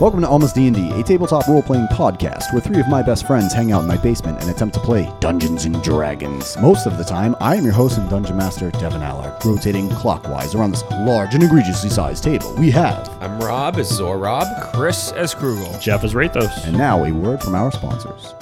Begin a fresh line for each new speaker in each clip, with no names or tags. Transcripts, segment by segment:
Welcome to Almost D&D, a tabletop role-playing podcast where three of my best friends hang out in my basement and attempt to play Dungeons and Dragons. Most of the time, I am your host and dungeon master, Devin Allard, rotating clockwise around this large and egregiously sized table. We have,
I'm Rob as Zorob. Chris as Krugel.
Jeff is Rathos.
and now a word from our sponsors.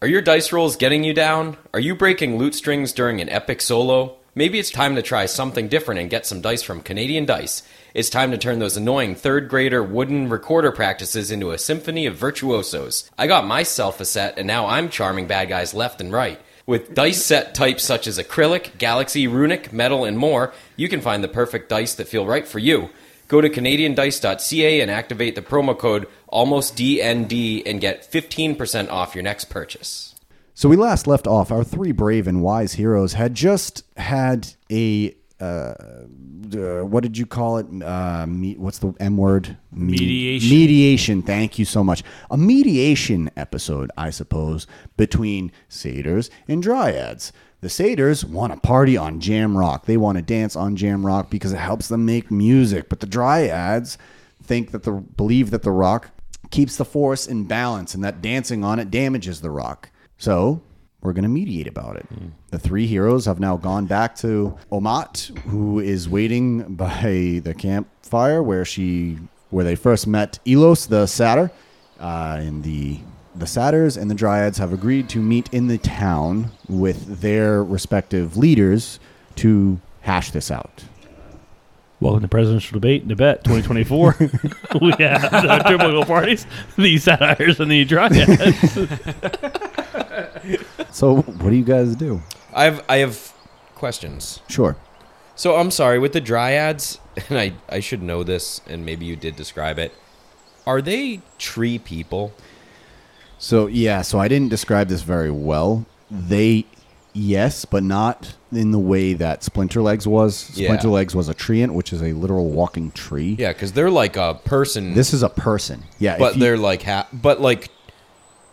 Are your dice rolls getting you down? Are you breaking loot strings during an epic solo? Maybe it's time to try something different and get some dice from Canadian Dice. It's time to turn those annoying third grader wooden recorder practices into a symphony of virtuosos. I got myself a set, and now I'm charming bad guys left and right. With dice set types such as acrylic, galaxy, runic, metal, and more, you can find the perfect dice that feel right for you. Go to CanadianDice.ca and activate the promo code ALMOSTDND and get 15% off your next purchase.
So we last left off. Our three brave and wise heroes had just had a uh, uh, what did you call it? Uh, me, what's the M word? Me-
Mediation.
Mediation. Thank you so much. A mediation episode, I suppose, between satyrs and dryads. The satyrs want to party on jam rock. They want to dance on jam rock because it helps them make music. But the dryads think that the believe that the rock keeps the force in balance and that dancing on it damages the rock. So we're going to mediate about it. The three heroes have now gone back to Omat, who is waiting by the campfire where she where they first met Elos the satyr. Uh, and the the satyrs and the dryads have agreed to meet in the town with their respective leaders to hash this out.
Welcome to Presidential Debate, Debate 2024. we have the two political parties, the satires and the dryads.
So what do you guys do?
I have I have questions.
Sure.
So I'm sorry with the dryads, and I I should know this, and maybe you did describe it. Are they tree people?
So yeah, so I didn't describe this very well. They yes, but not in the way that Splinter Legs was.
Yeah.
Splinter Legs was a treant, which is a literal walking tree.
Yeah, because they're like a person,
This is a person. Yeah. if
but
you-
they're like ha- but like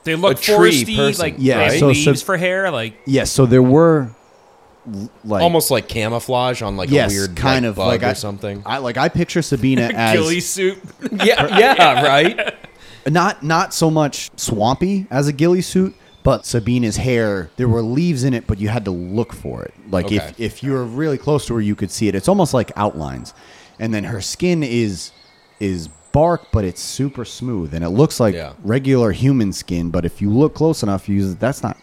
They look
a tree
foresty,
person,
like
Yeah,
yeah,
so-
leaves
so-
for hair, like
yes, so there were l- like
almost like camouflage on like
yes,
a weird
kind
like,
of
bug
like
or
I,
something.
I like I picture Sabina
ghillie
as
suit.
yeah, yeah, right.
not not so much swampy as a ghillie suit, but Sabina's hair. There were leaves in it, but you had to look for it. Like
Okay.
if if you were really close to her, you could see it. It's almost like outlines, and then her skin is is bark, but it's super smooth, and it looks like
Yeah.
regular human skin. But if you look close enough, you that's not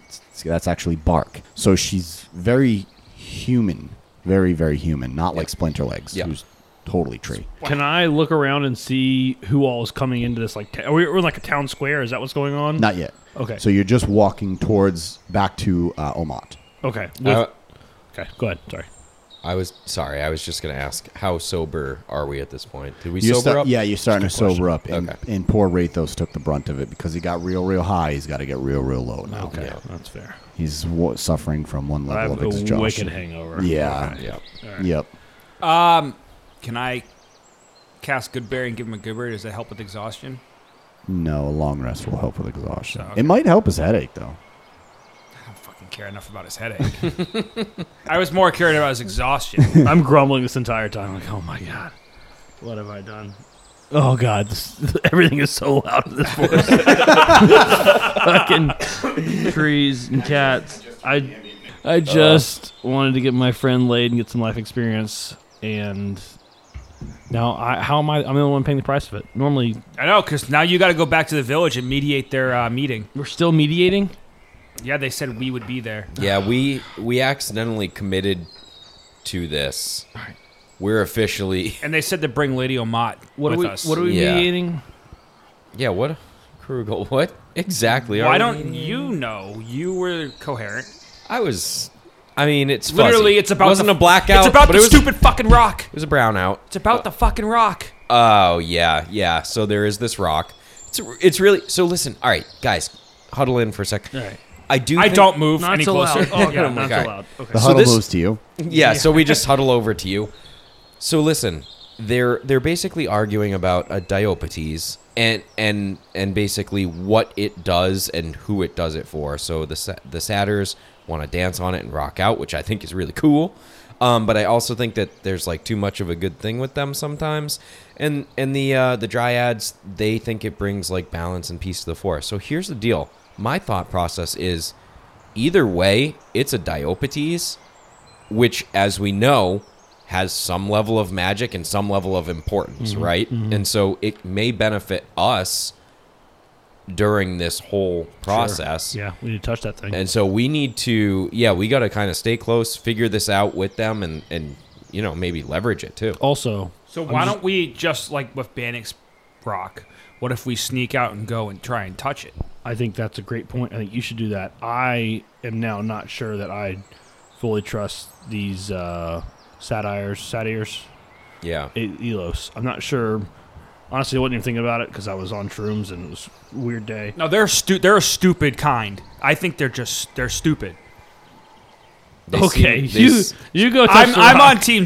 that's actually bark. So she's very human, very very human, not like Splinter Legs,
Yeah.
who's totally tree.
Can I look around and see who all is coming into this? Like, t- are we, we're in like a town square. Is that what's going on?
Not yet.
Okay.
So you're just walking towards back to uh, Omat.
okay. with-
Uh,
okay. Go ahead. Sorry.
I was sorry. I was just gonna ask, how sober are we at this point? Did we
You're
sober
sta-
up?
Yeah, you're starting to sober up. And,
Okay.
and poor Rathos took the brunt of it because he got real, real high. He's got to get real, real low now.
Okay.
yeah.
That's fair.
He's wa- suffering from one
I
level
have
of
a
exhaustion.
wicked hangover.
Yeah.
Yeah.
Yep.
Um, Can I cast Good Bear and give him a Good Bear? Does that help with exhaustion?
No, a long rest will help with exhaustion.
Okay.
It might help his headache, though.
I don't fucking care enough about his headache. I was more cared about his exhaustion.
I'm grumbling this entire time. Like, oh my god, what have I done? Oh god, this, everything is so loud in this voice. Fucking trees and cats. I, I just wanted to get my friend laid and get some life experience, and now I, how am I? I'm the only one paying the price of it. Normally,
I know, because now you got to go back to the village and mediate their uh, meeting.
we're still mediating.
Yeah, they said we would be there.
Yeah, we we accidentally committed to this. We're officially
And they said to bring Lady Omat
What
with
are we?
us.
What are we
Yeah.
mediating?
yeah. What, Krugel? What exactly? are
Why
we-
don't you know? You were coherent.
I was? I mean, it's fuzzy.
Literally, it's about
wasn't
the,
a blackout.
It's about
but
the
it was,
stupid fucking rock.
It was a brownout.
It's about the fucking rock.
Oh yeah, yeah. So there is this rock. It's it's really so. Listen, all right, guys, huddle in for a second.
All right.
I do.
I
think-
don't move
Not
any
so
closer.
loud. Oh, yeah,
Yeah.
not
okay.
so loud. Okay.
The
So
huddle
this-
moves to you.
Yeah, so we just huddle over to you. So listen, they're they're basically arguing about a Diopetes and and and basically what it does and who it does it for. So the sa- the satyrs want to dance on it and rock out, which I think is really cool. Um, but I also think that there's like too much of a good thing with them sometimes. And and the uh, the dryads, they think it brings like balance and peace to the forest. So here's the deal. My thought process is either way, it's a Diopetes, which as we know has some level of magic and some level of importance,
Mm-hmm.
right? And so it may benefit us during this whole process.
Yeah, we need to touch that thing.
And so we need to, yeah, we got to kind of stay close, figure this out with them, and and you know maybe leverage it too.
Oh,
also,
So
I'm
why
just-
don't we just like with Bannock's rock? What if we sneak out and go and try and touch it?
I think that's a great point. I think you should do that. I am now not sure that I fully trust these uh, satires, satires,
Yeah,
E- Elos. I'm not sure. Honestly, I wasn't even thinking about it because I was on shrooms and it was a weird day.
No, they're stu- they're a stupid kind. I think they're just they're stupid.
They seem-
okay,
they
you
s-
you go. Touch
I'm,
the
I'm
rock.
on Team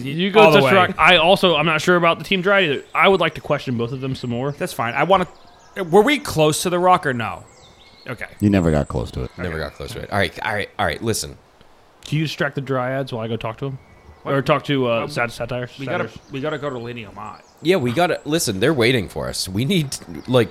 You go
all the
touch the
way.
rock. I also I'm not sure about the team dry either. I would like to question both of them some more.
That's fine. I want to. Were we close to the rock or no? Okay.
You never got close to it.
never got close to it. All right, all right, all right. Listen,
Can you distract the dryads while I go talk to them, or talk to uh, sat- satires?
We gotta
Satires.
we gotta go to Lenium Mott.
yeah, we gotta listen. They're waiting for us. We need like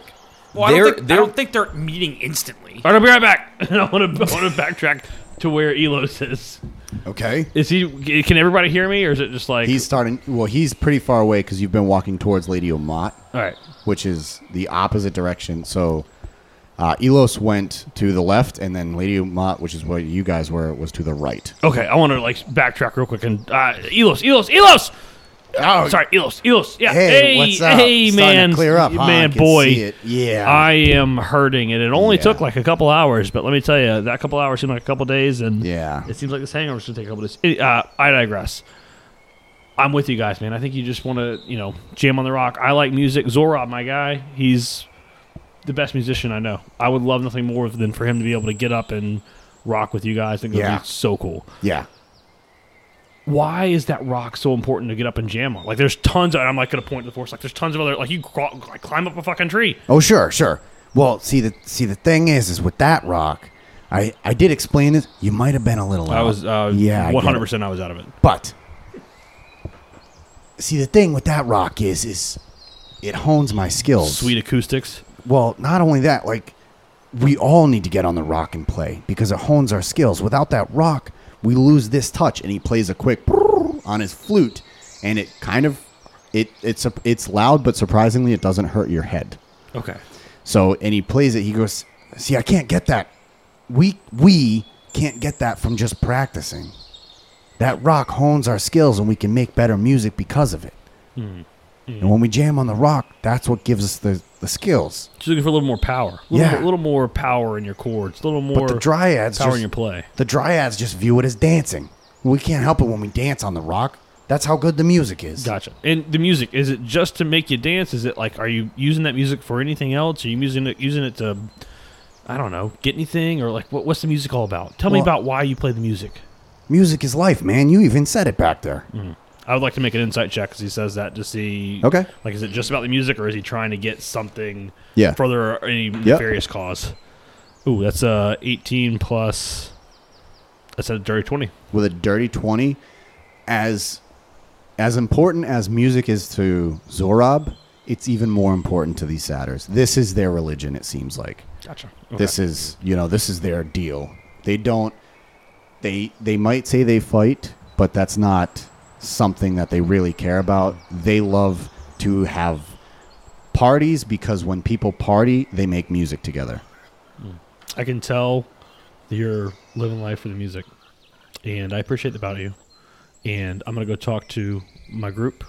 Well, I
they're
don't, think, I
they're
don't think they're meeting instantly.
All right, I'll be right back. And I want to I want to backtrack to where Elos is.
Okay.
Is he? Can everybody hear me, or is it just like
He's starting. Well, he's pretty far away because you've been walking towards Lady Omot,
all right?
which is the opposite direction. So uh, Elos went to the left, and then Lady Omot, which is where you guys were, was to the right.
Okay, I want to like backtrack real quick and uh, Elos, Elos, Elos.
Oh,
Sorry, Elos, Elos. Yeah.
Hey, what's up?
Hey,
Starting to
man.
clear up, huh? I
Man,
can
boy.
see it. Yeah.
I am hurting, and it only
Yeah.
took like a couple hours. But let me tell you, that couple hours seemed like a couple days, and
Yeah.
it seems like this hangover's gonna take a couple days. Any- Uh, I digress. I'm with you guys, man. I think you just want to, you know, jam on the rock. I like music. Zorob, my guy, he's the best musician I know. I would love nothing more than for him to be able to get up and rock with you guys. I think that would
Yeah.
be so cool
Yeah.
why is that rock so important to get up and jam on? Like, there's tons of. I'm like gonna point to the forest. Like, there's tons of other. Like, you crawl, like, climb up a fucking tree.
Oh, sure, sure. Well, see the see the thing is, is with that rock, I I did explain it. You might have been a little.
I
out.
was, uh,
yeah, I get it.
100. percent I was out of it.
But see, the thing with that rock is, is it hones my skills.
Sweet acoustics.
Well, not only that, like we all need to get on the rock and play because it hones our skills. Without that rock, we lose this touch. And he plays a quick on his flute, and it kind of it it's a, it's loud, but surprisingly, it doesn't hurt your head.
Okay.
So and he plays it. He goes, "See, I can't get that. We we can't get that from just practicing. That rock hones our skills, and we can make better music because of it. And when we jam on the rock, that's what gives us the the skills.
Just looking for a little more power. A little,
Yeah.
a little more power in your chords. A little more
But the dryads
power
just,
in your play.
the dryads just view it as dancing. We can't help it when we dance on the rock. That's how good the music is.
Gotcha. And the music is it just to make you dance? Is it like are you using that music for anything else? Are you using it using it to, I don't know, get anything or like what, what's the music all about? Tell me
Well-
about why you play the music.
Music is life, man. You even said it back there.
I would like to make an insight check because he says that to see.
Okay.
Like, is it just about the music, or is he trying to get something?
Yeah.
Further any nefarious cause. Ooh, that's uh eighteen plus. That's a dirty twenty.
with a dirty 20 as as important as music is to Zorab, it's even more important to these satyrs. This is their religion it seems like.
Gotcha.
This is, you know, this is their deal. They don't they they might say they fight, but that's not something that they really care about. They love to have parties because when people party, they make music together.
I can tell that you're living life for the music, and I appreciate that about you. And I'm gonna go talk to my group,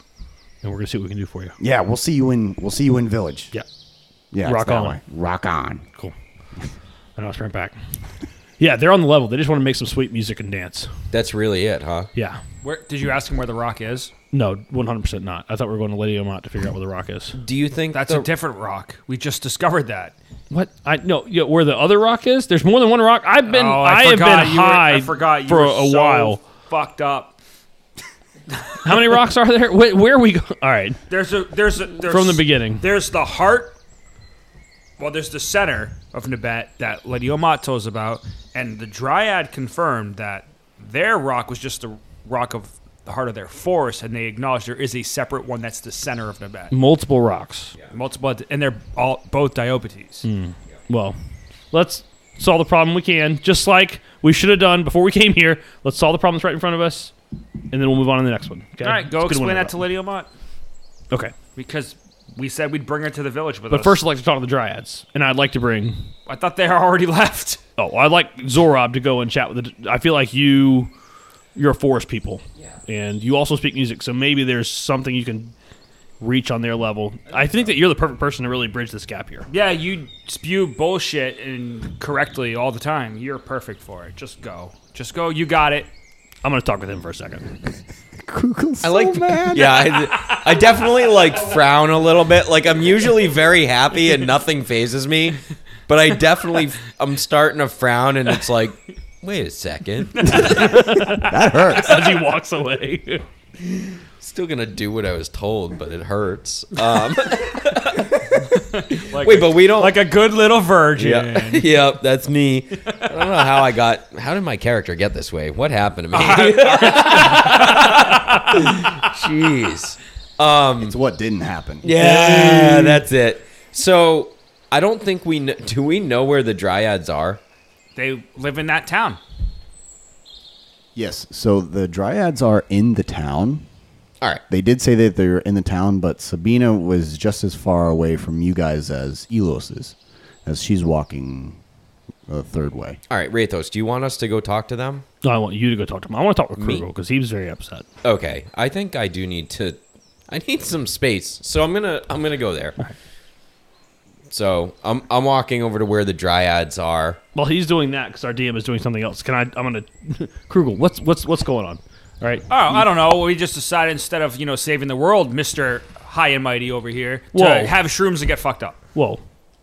and we're gonna see what we can do for you.
Yeah, we'll see you in we'll see you in village.
Yeah.
Yeah, it's
Rock
that
on.
way. Rock on.
Cool. and I'll sprint back. Yeah, they're on the level. They just want to make some sweet music and dance.
that's really it, huh?
Yeah.
Where did you ask him where the rock is?
No, one hundred percent not. I thought we were going to Lady Omont to figure out where the rock is.
Do you think
That's
the,
a different rock. We just discovered that.
What? I no, yeah, where the other rock is? There's more than one rock. I've been,
oh,
I,
I,
have been
forgot you were-
high
I forgot you
for
were
a
so
while.
Fucked up.
How many rocks are there? Where, where are we? Go- All right,
There's a there's a there's,
From the beginning.
There's the heart. Well, there's the center of Nabat that Lady Omat told us about, and the Dryad confirmed that their rock was just a rock of the heart of their forest, and they acknowledge there is a separate one that's the center of Nebet.
Multiple rocks.
Multiple, and they're all both Diopetes.
Mm. Well, let's solve the problem we can, just like we should have done before we came here. Let's solve the problem that's right in front of us, and then we'll move on to the next one. Okay?
All right, go
It's a good one
explain that to
about-
Lady Amont
Okay.
because we said we'd bring her to the village with
But
us.
first, I'd like to talk to the Dryads, and I'd like to bring.
I thought they already left.
Oh, I'd like Zorob to go and chat with the. I feel like you, you're a forest people, yeah. and you also speak music, so maybe there's something you can reach on their level. I think that you're the perfect person to really bridge this gap here.
Yeah, you spew bullshit and correctly all the time. You're perfect for it. Just go. Just go. You got it.
I'm going to talk with him for a second.
Kugel's
I
Oh,
like,
so mad.
yeah, I, I definitely like frown a little bit. Like I'm usually very happy and nothing phases me, but I definitely I'm starting to frown and it's like, wait a second,
That hurts.
As he walks away.
still gonna do what I was told, but it hurts. Um,
Like,
wait, but we don't
like a good little virgin.
Yeah. yep, that's me. I don't know how I got. How did my character get this way? What happened to me? Jeez.
it's what didn't happen.
Yeah, that's it. So I don't think we kn- do. We know where the dryads are.
They live in that town.
Yes. So the dryads are in the town.
All right.
They did say that they're in the town, but Sabina was just as far away from you guys as Elos is, as she's walking the third way.
All right, Rathos. Do you want us to go talk to them?
No, I want you to go talk to him. I want to talk with
Me?
Krugel because he was very upset.
Okay. I think I do need to. I need some space, so I'm gonna I'm gonna go there. So I'm I'm walking over to where the dryads are.
Well, he's doing that because our DM is doing something else. Can I? I'm gonna Krugel. What's what's what's going on? All right.
Oh, I don't know. We just decided instead of you know saving the world, Mister High and Mighty over here, to
Whoa.
have shrooms and get fucked up.
Whoa.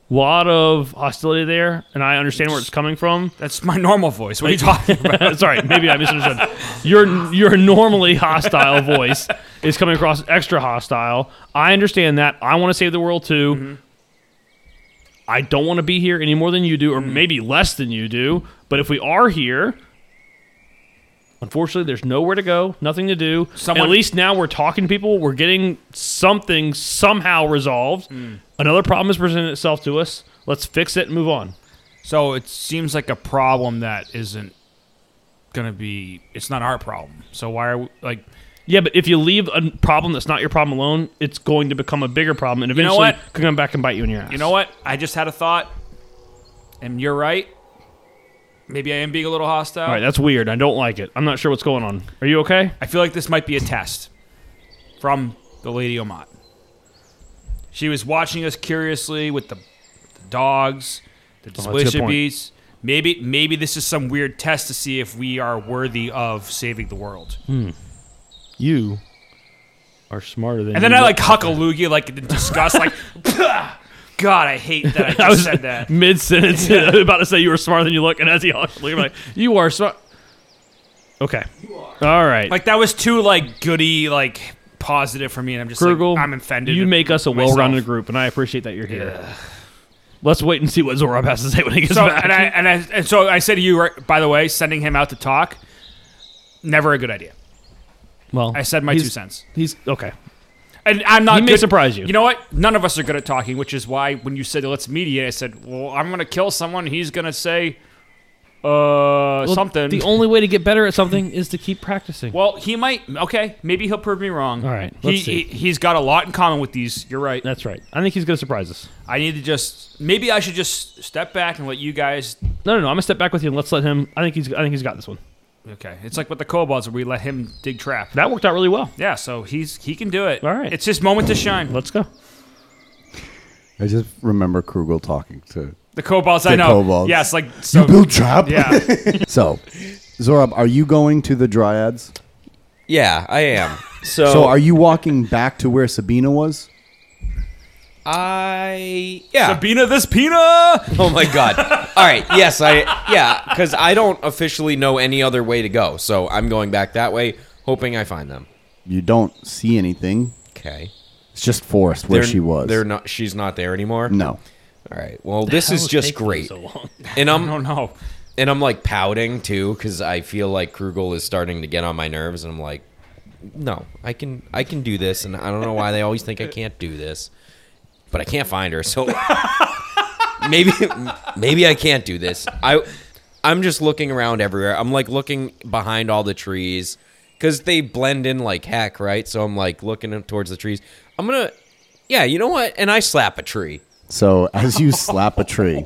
Lot of hostility there, and I understand where it's coming from.
That's my normal voice. What are you talking about?
Sorry, maybe I misunderstood. Your your normally hostile voice is coming across extra hostile. I understand that. I want to save the world too.
Mm-hmm.
I don't want to be here any more than you do, or
Mm-hmm.
maybe less than you do. But if we are here, unfortunately, there's nowhere to go, nothing to do.
Someone-
At least now we're talking to people. We're getting something somehow resolved.
Mm.
Another problem has presented itself to us. Let's fix it and move on.
So it seems like a problem that isn't gonna be. It's not our problem. So why are we like?
Yeah, but if you leave a problem that's not your problem alone, it's going to become a bigger problem, and
know
eventually
what?
could come back and bite you in your ass.
You know what? I just had a thought, and you're right. Maybe I am being a little hostile.
All right, that's weird. I don't like it. I'm not sure what's going on. Are you okay?
I feel like this might be a test from the Lady Omot. She was watching us curiously with the, the dogs, the
Oh, a good
displacer
point.
beasts. Maybe, maybe this is some weird test to see if we are worthy of saving the world.
Hmm. You are smarter than.
And then I like huck a loogie like in disgust, like, God, I hate that I just
I was
said that.
mid sentence about to say you were smarter than you look, and as he hugged, I'm like, "You are smart." Okay. All right.
Like that was too like goody, like positive for me, and I'm just
Krugel,
like, I'm offended.
You make us a
myself.
well-rounded group, and I appreciate that you're here. Let's wait and see what Zorob has to say when he gets
So
back.
and I, and I and so I said to you, right, by the way, sending him out to talk, never a good idea.
well,
I said my
he's-
two cents,
He's okay.
and I'm not.
He may
good-
surprise you.
You know what? None of us are good at talking, which is why when you said let's mediate, I said, well, I'm gonna kill someone. He's gonna say, uh,
Well,
something.
The only way to get better at something is to keep practicing.
well, he might. Okay, maybe he'll prove me wrong.
All right,
he,
let's see.
he he's got a lot in common with these. You're right.
That's right. I think he's going to surprise us.
I need to just maybe I should just step back and let you guys.
No, no, no. I'm gonna step back with you and let's let him. I think he's. I think he's got this one.
Okay, it's like with the kobolds, where we let him dig trap.
That worked out really well.
Yeah, so he's he can do it.
All right.
it's his moment to shine.
Let's go.
I just remember Krugel talking to.
The kobolds, I
The
know.
kobolds.
Yes, like so.
Build trap.
yeah,
So, Zorab, are you going to the dryads?
Yeah, I am. So,
So, are you walking back to where Sabina was?
I yeah.
Sabina, this Pina.
Oh my god. All right. Yes, I yeah, cuz I don't officially know any other way to go. So I'm going back that way hoping I find them.
You don't see anything.
Okay.
It's just forest where she was.
They're not she's not there anymore.
no.
All right. Well, this is just great.
So long.
And I'm
Oh no,
and I'm like pouting too because I feel like Krugel is starting to get on my nerves, and I'm like, no, I can I can do this, and I don't know why they always think I can't do this, but I can't find her, so maybe maybe I can't do this. I I'm just looking around everywhere. I'm like looking behind all the trees because they blend in like heck, right? So I'm like looking up towards the trees. I'm gonna, yeah, you know what? And I slap a tree.
So as you slap a tree,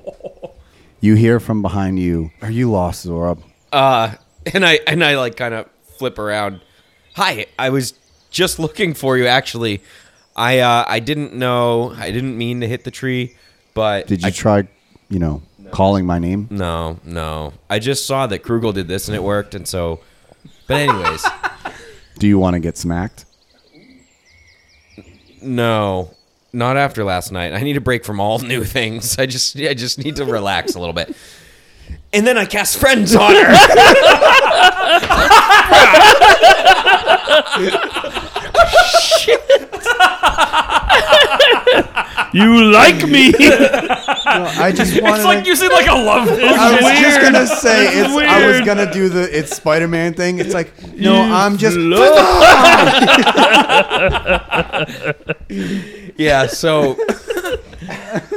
you hear from behind you, Are you lost, Zorab?
uh, and I and I like kind of flip around. Hi, I was just looking for you. Actually, I uh, I didn't know. I didn't mean to hit the tree, but
Did you
I-
try, you know, calling my name?
no, no. I just saw that Krugel did this and it worked, and so. But anyways,
Do you want to get smacked?
no, not after last night. I need a break from all new things. I just I just need to relax a little bit. And then I cast friends on her.
You like me?
No, I just wanted.
It's like using like a love
I
potion.
was just gonna say it's. I was
weird.
gonna do the it's Spider-Man thing. It's like no, I'm just.
Yeah, so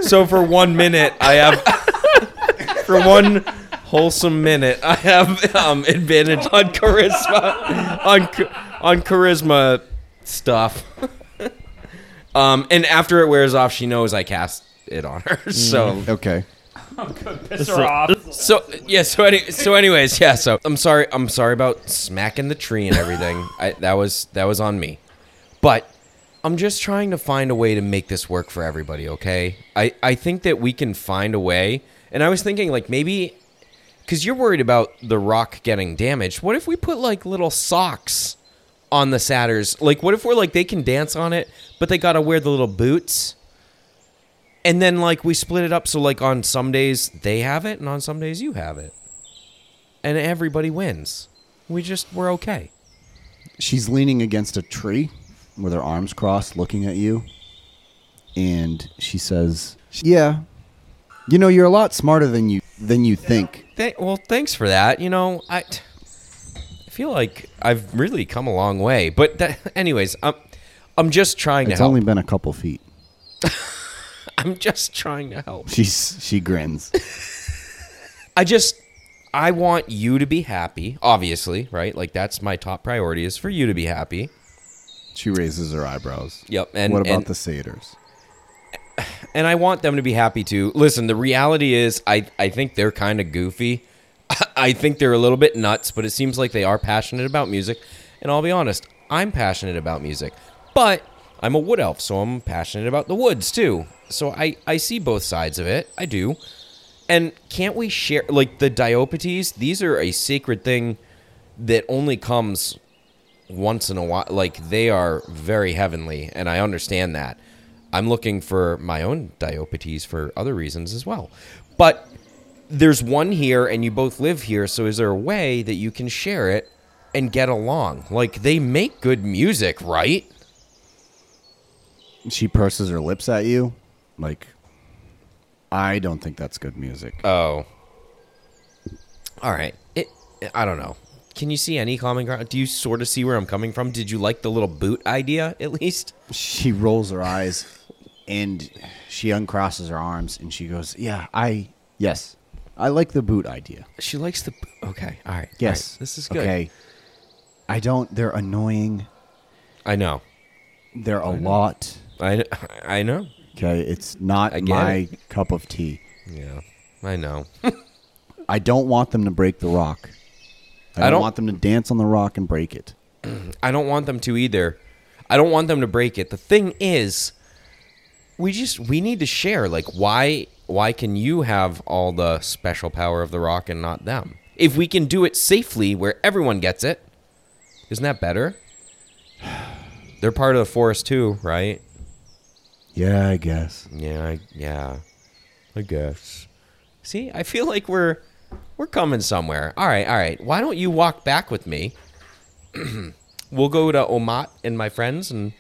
so for one minute I have for one wholesome minute I have um, advantage on charisma on ch- on charisma stuff. Um, and after it wears off, she knows I cast it on her. So
Okay.
Piss her off.
so yeah. So any, so anyways, yeah. So I'm sorry. I'm sorry about smacking the tree and everything. I, that was that was on me. But I'm just trying to find a way to make this work for everybody. Okay. I I think that we can find a way. And I was thinking like maybe because you're worried about the rock getting damaged. What if we put like little socks on the satyrs? Like what if we're like they can dance on it, but they gotta wear the little boots? And then like we split it up so like on some days they have it and on some days you have it. And everybody wins. We just we're okay.
She's leaning against a tree with her arms crossed, looking at you. And she says, Yeah. You know, you're a lot smarter than you than you think.
Th- well, thanks for that. You know, I I feel like I've really come a long way. But that, anyways, I'm I'm just trying to
It's
help.
only been a couple feet.
I'm just trying to help.
She's she grins.
I just I want you to be happy, obviously, right? Like that's my top priority is for you to be happy.
She raises her eyebrows.
Yep, and-
what about
and-
the satyrs?
and I want them to be happy too. Listen, the reality is, I I think they're kind of goofy. I think they're a little bit nuts, but it seems like they are passionate about music. And I'll be honest, I'm passionate about music, but I'm a wood elf, so I'm passionate about the woods too. So I I see both sides of it. I do. And can't we share like the Diopetes? These are a sacred thing that only comes once in a while like they are very heavenly and i understand that i'm looking for my own diopetes for other reasons as well but there's one here and you both live here so is there a way that you can share it and get along like they make good music right
She purses her lips at you, like I don't think that's good music.
oh all right it i don't know can you see any common ground do you sort of see where i'm coming from did you like the little boot idea at least
she rolls her eyes and she uncrosses her arms and she goes, "Yeah, I yes. I like the boot idea.
she likes the okay all right all right,
Yes.
this is good
Okay. I don't they're annoying.
i know
They're a lot.
I, kn- I know.
Okay, it's not
I get
my cup of tea.
Yeah, I know.
I don't want them to break the rock. I don't,
don't-
want them to dance on the rock and break it.
I don't want them to either. I don't want them to break it. The thing is, we just we need to share. Like, why why can you have all the special power of the rock and not them? If we can do it safely where everyone gets it, isn't that better? They're part of the forest too, right?
Yeah, I guess.
Yeah, I, yeah. I guess. See, I feel like we're we're coming somewhere. All right, all right. Why don't you walk back with me? we'll go to Omat and my friends and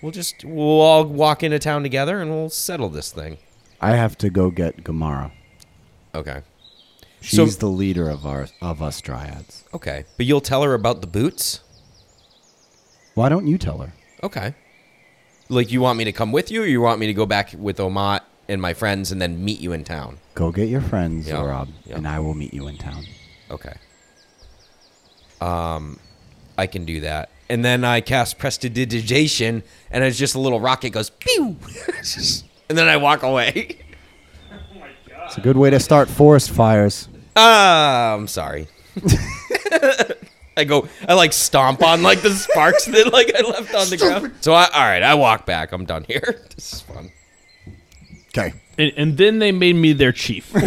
we'll just we'll all walk into town together and we'll settle this thing.
I have to go get Gamara.
Okay.
She's
So-
the leader of our of us dryads.
Okay. But you'll tell her about the boots?
Why don't you tell her?
Okay. Like, you want me to come with you, or you want me to go back with Omat and my friends and then meet you in town?
Go get your friends,
Yeah.
Rob,
Yeah.
and I will meet you in town.
Okay. Um, I can do that. And then I cast prestidigitation, and it's just a little rocket goes pew, and then I walk away.
It's a good way to start forest fires.
Ah, I'm sorry. I go, I like stomp on like the sparks that like I left on the ground. So I, all right, I walk back. I'm done here. This is fun.
Okay.
And, and then they made me their chief. As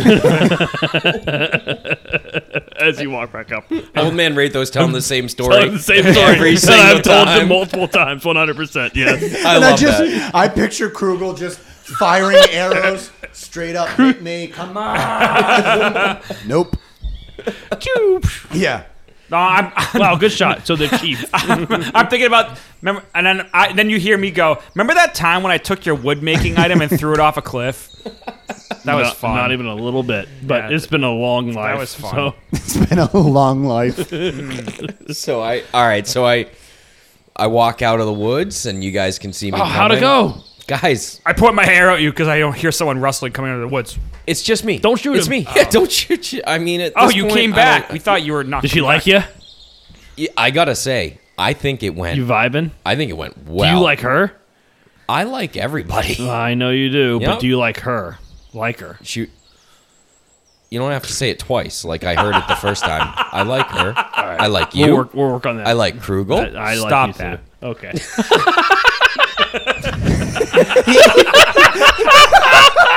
you walk back up,
Old man Rathos telling the same story.
Telling the same story
every
that I've
single
told them
time.
multiple times, one hundred percent. Yes.
I
And I
love
just
that.
I picture Krugel just firing arrows straight up at me. Come on. nope. Yeah.
No, I'm,
wow, good shot. So they're chief.
I'm thinking about remember, and then I, then you hear me go. Remember that time when I took your wood making item and threw it off a cliff? That was
not,
fun.
not even a little bit, but
Yeah.
it's been a long life.
was fun.
so-
It's been a long life.
So I, all right, so I, I walk out of the woods, and you guys can see me.
Oh, how'd it
coming.
go?
guys?
I point my hair at you because I don't hear someone rustling coming out of the woods.
It's just me.
Don't shoot
It's
him. Oh.
me. Yeah, don't shoot. You. I mean, at
Oh,
this
you
point,
came
I
back.
don't-
We thought you were not.
Did she
coming
like
back.
you?
Yeah, I gotta say, I think it went.
You vibing?
I think it went well.
Do you like her?
I like everybody.
I know you do,
Yep.
but do you like her? Like her?
Shoot. You don't have to say it twice, like I heard it the first time. I like her. I like you.
We'll work. We'll work on that.
I like Krugel.
I, I like
Stop
you
that.
Too. Okay.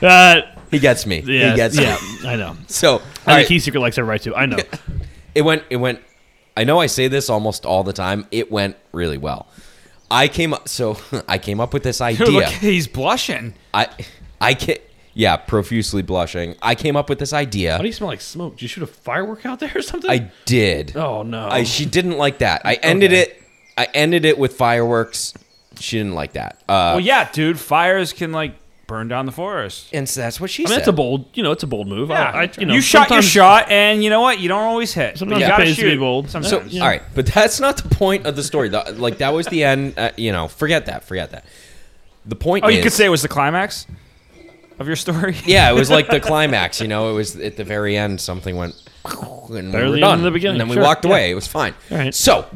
that
he gets me.
yeah
he gets
yeah
me.
I know.
So
I
all
think
right,
Key Secret likes everybody too. I know.
it went. It went. I know I say this almost all the time. It went really well. I came up. So I came up with this idea.
Look, he's blushing.
I, I can. Yeah, profusely blushing. I came up with this idea.
Why do you smell like smoke? Did you shoot a firework out there or something?
I did.
oh no.
I, she didn't like that. I ended
Okay.
it. I ended it with fireworks. She didn't like that. Uh,
Well, yeah, dude. Fires can like burn down the forest.
and so that's what she
I mean,
said.
that's a bold. You know, it's a bold move.
Yeah,
I, I, you know,
shot your
sometimes-
shot, and you know what? You don't always hit. but
Sometimes
you
it
gotta
pays to be
shoot.
bold.
Sometimes.
So
Yeah.
all right, but that's not the point of the story. The- like that was the end. Uh, you know, forget that. Forget that. The point.
oh,
is,
you could say it was the climax of your story.
Yeah, it was like the climax. You know, it was at the very end. Something went. And we
Barely
were
in
done.
the beginning,
And then we
sure,
walked
yeah.
away. It was fine.
All right.
So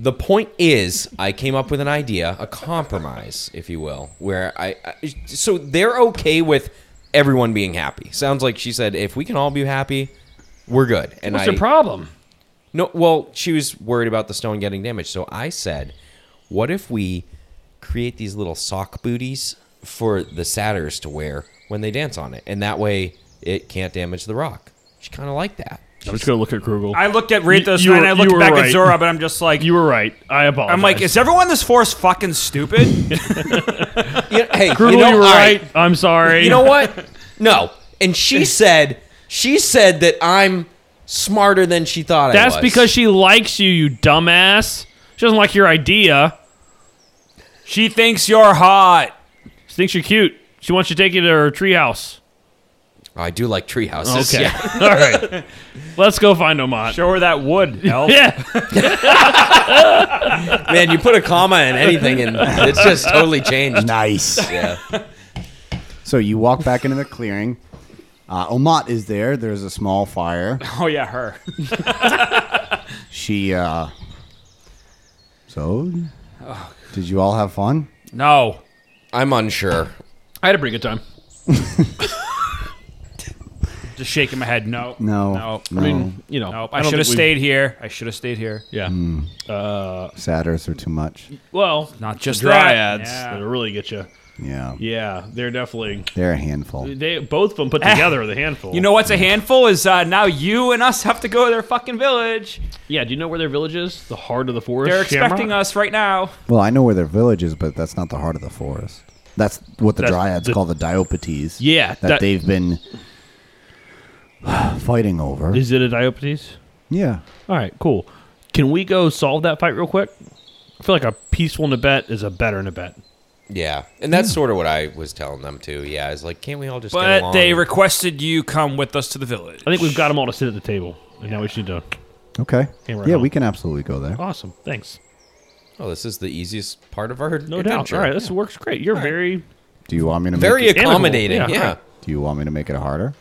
the point is, I came up with an idea, a compromise, if you will, where I, I so they're okay with everyone being happy. Sounds like she said, if we can all be happy, we're good. And
What's
I,
your problem?
no, well, she was worried about the stone getting damaged. So I said, what if we create these little sock booties for the satyrs to wear when they dance on it? And that way it can't damage the rock. She kind of liked that.
I'm just gonna look at Krugel.
I looked at Rithos
you
and
were-
I
you
looked
were
back
right.
at Zora, but I'm just like,
you were right. I apologize.
I'm like, is everyone in this forest fucking stupid?
You know- hey,
Krugel,
you
you,
know,
were
all
right. I'm sorry.
You know what? No. And she said, she said that I'm smarter than she thought I was.
That's because she likes you, you dumbass. She doesn't like your idea.
she thinks you're hot.
She thinks you're cute. She wants you to take you to her treehouse.
Oh, I do like tree houses.
Okay.
Yeah.
All right. Let's go find Omat.
Show her that wood, elf.
Yeah.
Man, you put a comma in anything and it's just totally changed.
Nice.
Yeah.
So you walk back into the clearing. Uh, Omat is there. There's a small fire.
Oh yeah, her.
She. Uh, so, did you all have fun?
No.
I'm unsure.
I had a pretty good time.
Just shaking my head. No.
No.
No.
No.
I mean, you know.
Nope.
don't
I should
think
have
we-
stayed here. I should have stayed here.
Yeah.
Satyrs are too much.
Well,
Not just
dryads.
that.
That'll
Yeah.
really get you.
Yeah.
Yeah, they're definitely.
They're a handful.
They both of them put together are the handful.
You know what's a handful is uh, now you and us have to go to their fucking village.
Yeah. Do you know where their village is? The heart of the forest.
They're expecting
Shamrock?
us right now.
Well, I know where their village is, but that's not the heart of the forest. That's what the
That's
dryads
the-
call the Diopetes.
Yeah,
That,
that-
they've been fighting over.
Is it a Diopetes?
yeah.
All right, cool. Can we go solve that fight real quick? I feel like a peaceful Nibet is a better Nibet.
Yeah, and that's sort of what I was telling them too. Yeah, I was like, can't we all just? get
But
along?
they requested you come with us to the village.
I think we've got them all to sit at the table, and now we should do.
Okay.
Yeah, right
yeah,
on.
we can absolutely go there.
Awesome, thanks.
oh, this is the easiest part of our
No doubt.
adventure.
All right, this works great. You're very
Do you want me to
Very
make it,
accommodating.
Amicable.
Yeah.
Yeah,
Do you want me to make it harder?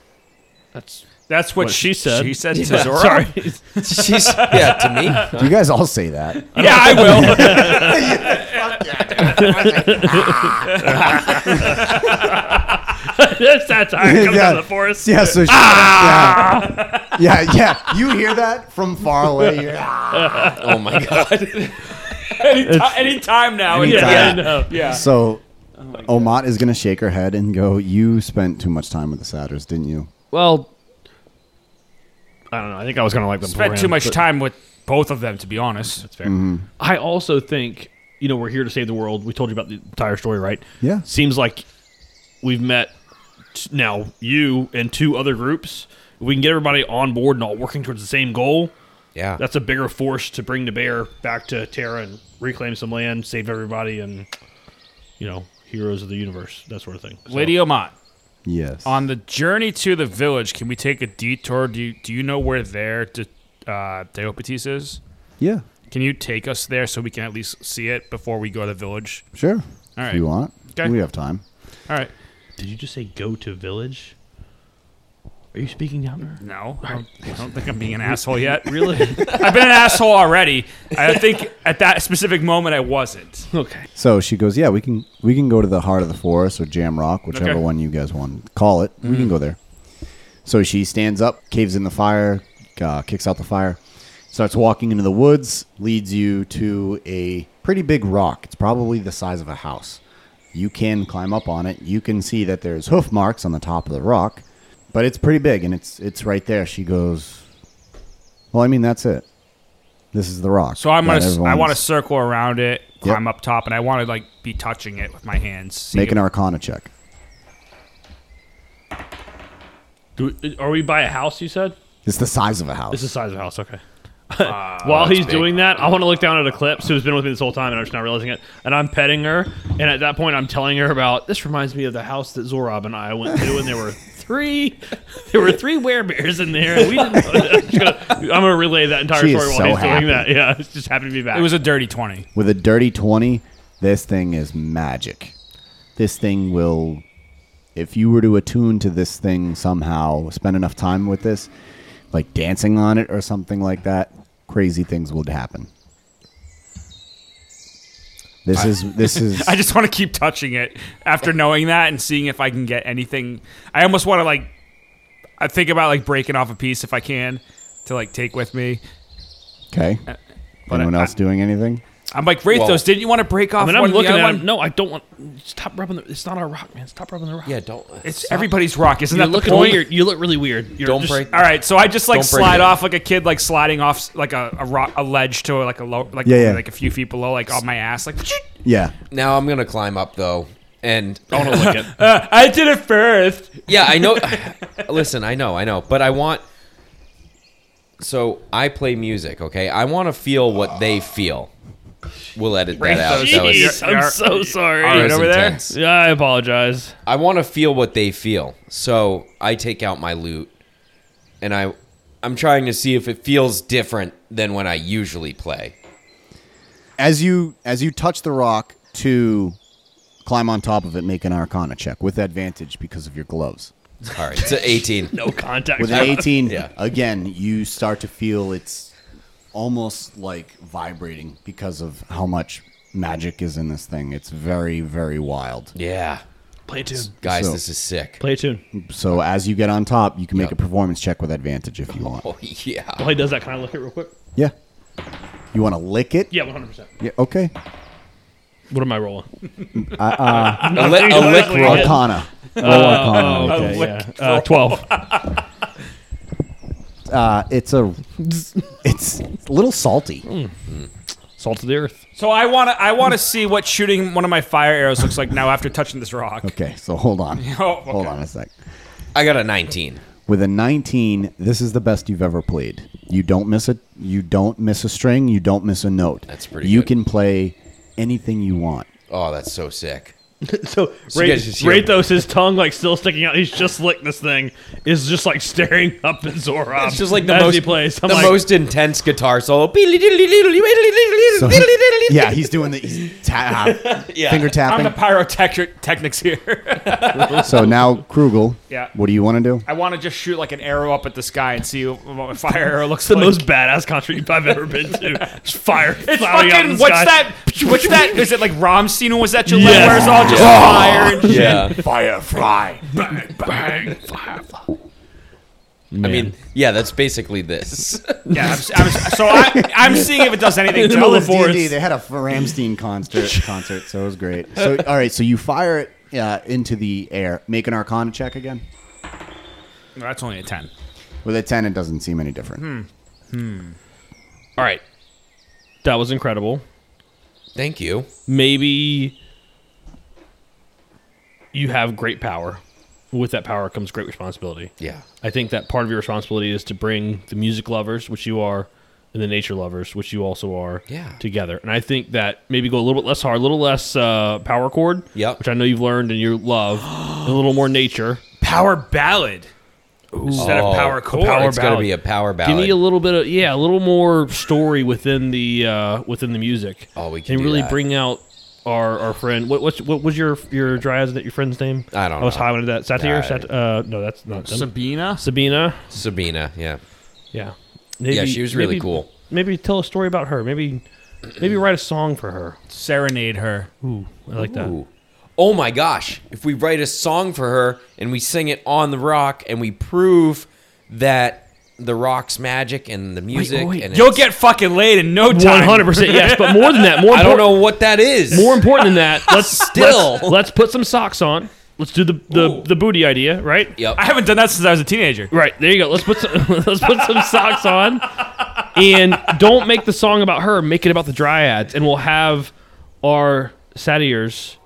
that's
That's what,
what she said.
She said to
Yeah.
Zora.
sorry.
She's yeah to me.
Do you guys all say that?
Yeah, I will.
that's satire comes
Yeah.
out of the forest.
Yeah, so she, yeah. yeah, yeah. You hear that from far away. You're, "Ah."
Oh my god.
Any time now.
Anytime.
Yeah.
Yeah,
Yeah.
I know.
yeah.
So, Omat is gonna shake her head and go, "You spent too much time with the Satyrs, didn't you?"
Well, I don't know. I think I was gonna like them.
Spent too
beforehand,
much
but
time with both of them, to be honest. That's fair.
I also think you know we're here to save the world. We told you about the entire story, right?
Yeah.
Seems like we've met t- now you and two other groups. If we can get everybody on board and all working towards the same goal,
Yeah.
that's a bigger force to bring to bear back to Terra and reclaim some land, save everybody, and you know, heroes of the universe, that sort of thing. So-
Lady Omont,
Yes.
on the journey to the village, can we take a detour? Do you, do you know where there to, uh, Deopatis is?
yeah.
Can you take us there so we can at least see it before we go to the village?
Sure. if
right.
you want,
Okay.
we have time.
All right.
Did you just say go to village? Are you speaking down there?
No, I don't, I don't think I'm being an asshole yet.
Really?
I've been an asshole already. I think at that specific moment I wasn't.
okay.
So she goes, "Yeah, we can we can go to the heart of the forest or Jam Rock, whichever
Okay. Mm-hmm.
one you guys want to call it. We can go there." So she stands up, caves in the fire, uh, kicks out the fire, starts walking into the woods, leads you to a pretty big rock. It's probably the size of a house. You can climb up on it. You can see that there's hoof marks on the top of the rock, but it's pretty big and it's it's right there. She goes, "Well, I mean that's it. This is the rock."
So I'm
that
gonna. s- I want to
everyone's-
circle around it,
Yep.
climb up top, and I want to like be touching it with my hands. see
make an
if-
Arcana check.
Do are we by a house? You said
It's the size of a house.
it's the size of a house. Okay.
Ah,
While he's doing that, I want to look down at Eclipse, who's been with me this whole time, and I'm just not realizing it. And I'm petting her, and at that point, I'm telling her about this. Reminds me of the house that Zorab and I went to, and there were three, there were three werebears in there. And we didn't. I'm, just gonna, I'm gonna relay that entire
She is
story while
so
he's
happy.
doing that. Yeah, it's just happy to be back.
it was a dirty twenty.
With a dirty 20, this thing is magic. This thing will, if you were to attune to this thing somehow, spend enough time with this, like dancing on it or something like that, crazy things would happen. This is this is
I just want to keep touching it after knowing that and seeing if I can get anything. I almost want to like. I think about like breaking off a piece if I can to like take with me.
okay. Anyone
Uh, I-
else doing anything?
I'm like Rathos.
Well-
didn't you want to break off?
I mean, I'm
one of the
looking
other
at him.
one?
No, I don't want. Stop rubbing the. It's not our rock, man. Stop rubbing the rock.
yeah. Don't.
It's
stop.
everybody's rock, isn't
You're
that the
looking
point?
weird. You look really weird. You're
Don't
just-
break.
All right, so I just like
Don't break
slide
it.
off like a kid, like sliding off like a, a rock, a ledge to like a low, like
Yeah, yeah.
like a few feet below, like on my ass, like.
Yeah.
Now I'm gonna climb up though, and
I want to look at.
Uh, I did it first.
yeah, I know. Listen, I know, I know, but I want. So I play music, okay? I want to feel what they feel. We'll edit that out. That was-
Jeez, I'm so sorry.
All
that
right,
was
over there.
intense.
Yeah, I apologize.
I want to feel what they feel. So I take out my lute, and I, I'm trying to see if it feels different than when I usually play.
As you as you touch the rock to climb on top of it, make an arcana check with advantage because of your gloves.
All right, it's an 18.
No contact.
with an 18
Yeah.
again you start to feel it's almost like vibrating because of how much magic is in this thing it's very very wild
Yeah,
Play a tune.
guys,
So-
this is sick.
Play a tune.
so as you get on top you can make
Yep.
a performance check with advantage if you want
Oh yeah.
While he does that, can I look at it real quick?
yeah you want to lick it
Yeah, 100%.
yeah okay
What am I rolling?
A, li- a lick
Lick
roll.
it.
arcana
Oh,
Roll arcana okay, yeah.
Uh, 12.
uh, it's a it's a little salty
Mm.
Salt of the earth.
So I want to, I want to see what shooting one of my fire arrows looks like now after touching this rock.
okay so hold on
Oh, okay.
hold on a sec
I got a 19.
With a 19, this is the best you've ever played. You don't miss a you don't miss a string, you don't miss a note.
That's pretty
You
good.
can play anything you want.
Oh, that's so sick.
so
you
Ra-
guys just hear-
Rathos, his tongue like still sticking out. He's just licked this thing. Is just like staring up at Zorob.
It's just like the
as
most
he plays. I'm
the
like,
most intense guitar solo.
So- yeah, he's doing the he's ta- uh, finger
I'm the
tapping.
pyrotechnics here.
So now Krugel,
Yeah.
what do you want to do?
I want to just shoot like an arrow up at the sky and see what a fire arrow looks
the
like.
most badass concert I've ever been to. Just fire.
It's
flying out in
fucking.
the
What's
sky.
that? What's that? Is it like Ramstein? or Was that your
Yes. Oh.
yes. Where it's all just fire and shit.
Yeah.
Firefly.
I mean, yeah, that's basically this.
Yeah. I'm, I'm, so I, I'm seeing if it does anything.
middle
Tell
of
us.
forest.
D&D, they had a Ramstein concert, concert, so it was great. So all right, so you fire it uh, into the air. Make an Arcana check again.
No, that's only a ten.
With a ten, it doesn't seem any different.
All right, that was incredible.
Thank you.
Maybe you have great power. With that power comes great responsibility.
Yeah.
I think that part of your responsibility is to bring the music lovers, which you are, and the nature lovers, which you also are,
Yeah.
together. And I think that maybe go a little bit less hard, a little less uh, power chord,
Yep.
which I know you've learned and you love, and a little more nature.
Power ballad. Instead
Oh,
of power chord.
power
It's got to
ballad.
be a power
Give
ballad.
me a little bit of yeah, a little more story within the uh, within the music.
Oh, we can
and
do
really
that.
bring out our our friend. What what's, what was your your dryad? That your friend's name?
I don't
I was
know.
high on that. Satir?
I-
Sat, uh, no, that's not them.
Sabina.
Sabina.
Sabina, yeah.
Yeah. Maybe,
Yeah, she was really
maybe-
cool.
Maybe tell a story about her. Maybe maybe write a song for her.
Serenade her.
Ooh, I like that.
Ooh. Oh my gosh. If we write a song for her and we sing it on the rock and we prove that the rock's magic and the music
wait.
and
You'll
it's-
get fucking laid in no
One
time.
hundred percent yes, but more than that, more
I don't
important,
know what that is.
more important than that. Let's
Still.
let's, let's put some socks on. Let's do the the,
Ooh.
the booty idea, right?
Yep.
I haven't done that since I was a teenager.
Right there you go. Let's put some, let's put some socks on, and don't make the song about her. Make it about the dryads, and we'll have our satyrs,